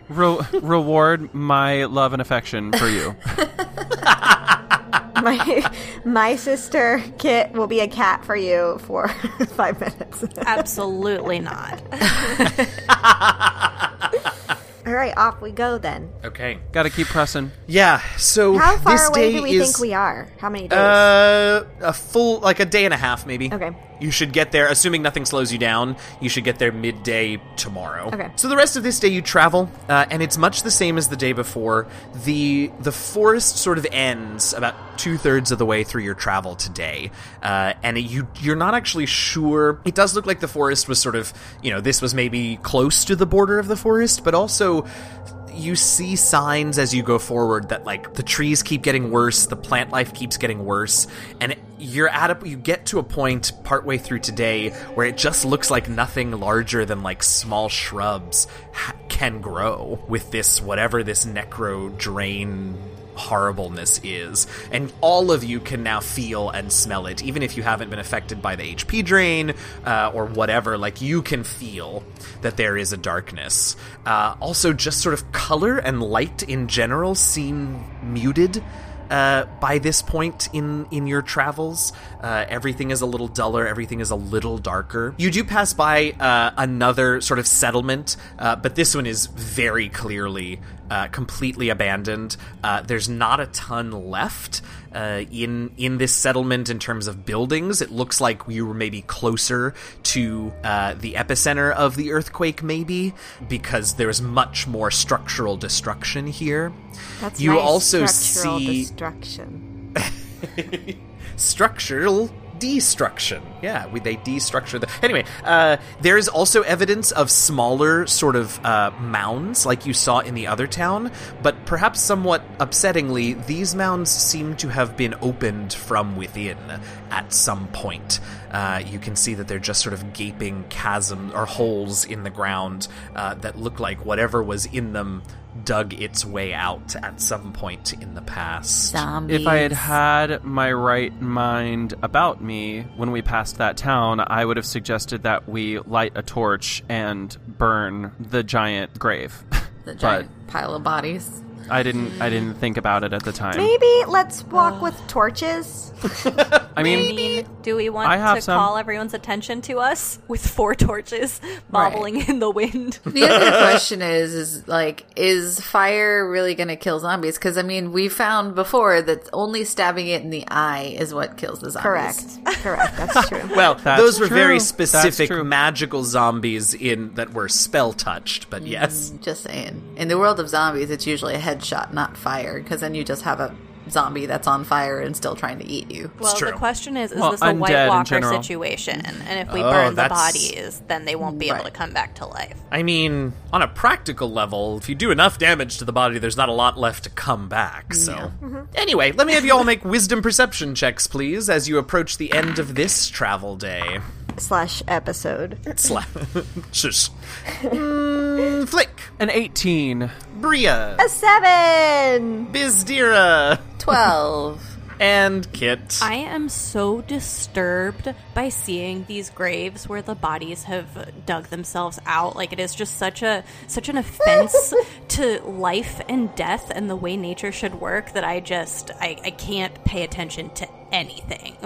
[SPEAKER 4] Re- reward my love and affection for you.
[SPEAKER 2] My my sister Kit will be a cat for you for five minutes.
[SPEAKER 3] Absolutely not.
[SPEAKER 2] All right, off we go then.
[SPEAKER 1] okay.
[SPEAKER 4] Got to keep pressing.
[SPEAKER 1] Yeah. So
[SPEAKER 2] How far
[SPEAKER 1] this
[SPEAKER 2] away
[SPEAKER 1] day
[SPEAKER 2] do we
[SPEAKER 1] is...
[SPEAKER 2] think we are? How many days?
[SPEAKER 1] Uh, a full like a day and a half, maybe.
[SPEAKER 2] Okay.
[SPEAKER 1] You should get there, assuming nothing slows you down. You should get there midday tomorrow.
[SPEAKER 2] Okay.
[SPEAKER 1] So the rest of this day you travel, uh, and it's much the same as the day before. the The forest sort of ends about two thirds of the way through your travel today, uh, and it, you you're not actually sure. It does look like the forest was sort of you know this was maybe close to the border of the forest, but also you see signs as you go forward that like the trees keep getting worse, the plant life keeps getting worse, and you're at a you get to a point partway through today where it just looks like nothing larger than like small shrubs ha- can grow with this whatever this necro drain horribleness is. And all of you can now feel and smell it, even if you haven't been affected by the HP drain uh, or whatever. Like, you can feel that there is a darkness. Uh, also, just sort of color and light in general seem muted. Uh, by this point in in your travels, uh, everything is a little duller. Everything is a little darker. You do pass by uh, another sort of settlement, uh, but this one is very clearly uh, completely abandoned. Uh, there's not a ton left uh, in in this settlement in terms of buildings. It looks like you were maybe closer to uh, the epicenter of the earthquake, maybe because there's much more structural destruction here.
[SPEAKER 2] That's
[SPEAKER 1] you
[SPEAKER 2] nice
[SPEAKER 1] also
[SPEAKER 2] structural
[SPEAKER 1] see
[SPEAKER 2] destruction.
[SPEAKER 1] structural destruction. Yeah, we, they destructure the. Anyway, uh, there is also evidence of smaller sort of uh, mounds like you saw in the other town, but perhaps somewhat upsettingly, these mounds seem to have been opened from within at some point. Uh, you can see that they're just sort of gaping chasms or holes in the ground uh, that look like whatever was in them dug its way out at some point in the past.
[SPEAKER 5] Zombies.
[SPEAKER 4] If I had had my right mind about me when we passed that town, I would have suggested that we light a torch and burn the giant grave.
[SPEAKER 5] the giant pile of bodies.
[SPEAKER 4] But I didn't. I didn't think about it at the time.
[SPEAKER 2] Maybe let's walk with torches.
[SPEAKER 4] I mean,
[SPEAKER 3] I mean, do we want
[SPEAKER 4] I have
[SPEAKER 3] to
[SPEAKER 4] some.
[SPEAKER 3] call everyone's attention to us with four torches bobbling in the wind?
[SPEAKER 5] The other question is, is like, is fire really going to kill zombies? Because I mean, we found before that only stabbing it in the eye is what kills the zombies.
[SPEAKER 2] Correct. Correct. That's true.
[SPEAKER 1] Well,
[SPEAKER 4] That's
[SPEAKER 1] those were
[SPEAKER 4] true.
[SPEAKER 1] very
[SPEAKER 4] That's
[SPEAKER 1] specific
[SPEAKER 4] true.
[SPEAKER 1] magical zombies in that were spell touched,
[SPEAKER 4] Mm.
[SPEAKER 1] but yes.
[SPEAKER 5] Just saying. In the world of zombies, it's usually a headshot, not fire, because then you just have a zombie that's on fire and still trying to eat you.
[SPEAKER 3] Well,
[SPEAKER 1] true.
[SPEAKER 3] the question is: Is
[SPEAKER 4] Well,
[SPEAKER 3] this a
[SPEAKER 4] undead
[SPEAKER 3] White
[SPEAKER 4] in
[SPEAKER 3] Walker
[SPEAKER 4] general.
[SPEAKER 3] situation? And if we
[SPEAKER 1] Oh,
[SPEAKER 3] burn the
[SPEAKER 1] that's-
[SPEAKER 3] bodies, then they won't be
[SPEAKER 5] Right.
[SPEAKER 3] able to come back to life.
[SPEAKER 1] I mean, on a practical level, if you do enough damage to the body, there's not a lot left to come back. So,
[SPEAKER 4] Mm-hmm.
[SPEAKER 1] anyway, let me have you all make wisdom perception checks, please, as you approach the end of this travel day.
[SPEAKER 2] slash episode.
[SPEAKER 1] Slap. Shush. Mm, Flick.
[SPEAKER 4] An 18.
[SPEAKER 1] Bria.
[SPEAKER 2] A seven.
[SPEAKER 1] Bizdira.
[SPEAKER 5] 12.
[SPEAKER 1] And Kit.
[SPEAKER 3] I am so disturbed by seeing these graves where the bodies have dug themselves out. Like it is just such a such an offense to life and death and the way nature should work that I just I, I can't pay attention to anything.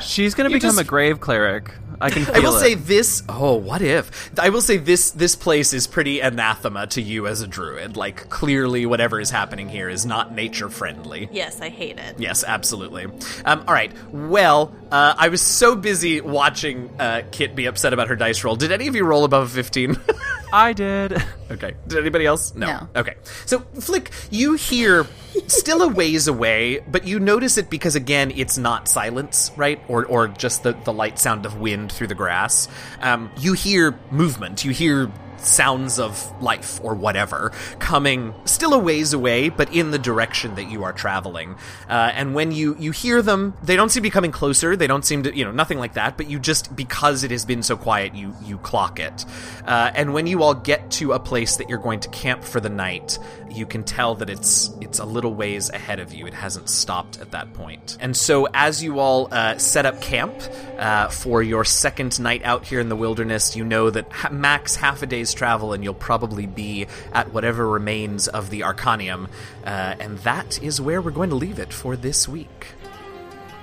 [SPEAKER 4] She's going to become
[SPEAKER 1] just-
[SPEAKER 4] a grave cleric. I can feel
[SPEAKER 1] I will
[SPEAKER 4] it.
[SPEAKER 1] say this. Oh, what if? I will say this. This place is pretty anathema to you as a druid. Like clearly, whatever is happening here is not nature friendly.
[SPEAKER 3] Yes, I hate it.
[SPEAKER 1] Yes, absolutely. Um, all right. Well, uh, I was so busy watching uh, Kit be upset about her dice roll. Did any of you roll above fifteen?
[SPEAKER 4] I did.
[SPEAKER 1] Okay. Did anybody else? No.
[SPEAKER 5] No.
[SPEAKER 1] Okay. So, Flick, you hear still a ways away, but you notice it because again, it's not silence, right? Or or just the the light sound of wind through the grass. Um, you hear movement. You hear sounds of life or whatever coming still a ways away but in the direction that you are traveling uh, and when you you hear them they don't seem to be coming closer they don't seem to you know nothing like that but you just because it has been so quiet you you clock it uh, and when you all get to a place that you're going to camp for the night you can tell that it's it's a little ways ahead of you it hasn't stopped at that point and so as you all uh, set up camp uh, for your second night out here in the wilderness you know that ha- max half a day's travel and you'll probably be at whatever remains of the arcanium uh, and that is where we're going to leave it for this week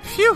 [SPEAKER 1] phew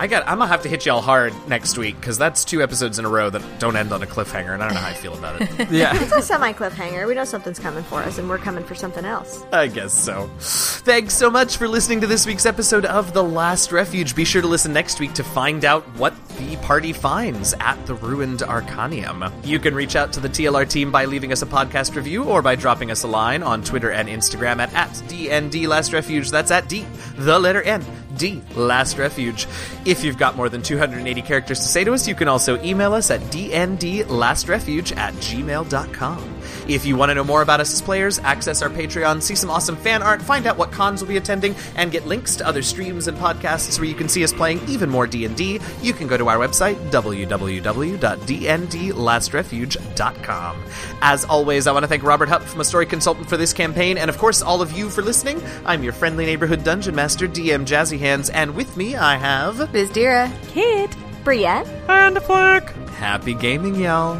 [SPEAKER 1] I got. I'm gonna have to hit y'all hard next week because that's two episodes in a row that don't end on a cliffhanger, and I don't know how I feel about it.
[SPEAKER 4] Yeah.
[SPEAKER 2] It's a semi cliffhanger. We know something's coming for us, and we're coming for something else.
[SPEAKER 1] I guess so. Thanks so much for listening to this week's episode of The Last Refuge. Be sure to listen next week to find out what the party finds at the ruined Arcanium. You can reach out to the TLR team by leaving us a podcast review or by dropping us a line on Twitter and Instagram at, at DND Last Refuge. That's at D, the letter N. D, Last Refuge. If you've got more than 280 characters to say to us, you can also email us at dndlastrefuge at gmail.com. If you want to know more about us as players, access our Patreon, see some awesome fan art, find out what cons we'll be attending, and get links to other streams and podcasts where you can see us playing even more D&D, you can go to our website, www.dndlastrefuge.com. As always, I want to thank Robert Hupp from a story consultant for this campaign, and of course, all of you for listening. I'm your friendly neighborhood dungeon master, DM Jazzy Hands, and with me I have
[SPEAKER 5] Bizdira.
[SPEAKER 3] Kid.
[SPEAKER 2] Brienne?
[SPEAKER 4] and a flick.
[SPEAKER 1] Happy Gaming, y'all.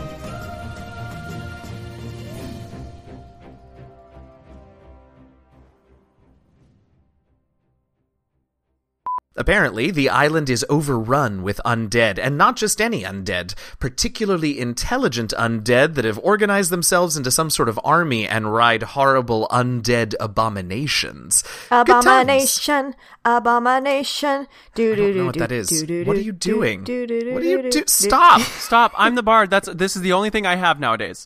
[SPEAKER 1] Apparently, the island is overrun with undead, and not just any undead, particularly intelligent undead that have organized themselves into some sort of army and ride horrible undead abominations. Good times.
[SPEAKER 2] Abomination. Abomination. Do
[SPEAKER 1] I
[SPEAKER 2] do
[SPEAKER 1] don't know
[SPEAKER 2] do
[SPEAKER 1] what
[SPEAKER 2] do.
[SPEAKER 1] that is.
[SPEAKER 2] do, do,
[SPEAKER 1] What are
[SPEAKER 2] do,
[SPEAKER 1] you
[SPEAKER 2] do,
[SPEAKER 1] doing? What
[SPEAKER 2] do, do, do,
[SPEAKER 1] are you
[SPEAKER 2] do,
[SPEAKER 1] do?
[SPEAKER 2] do.
[SPEAKER 1] Stop!
[SPEAKER 4] Stop. I'm the bard. That's this is the only thing I have nowadays.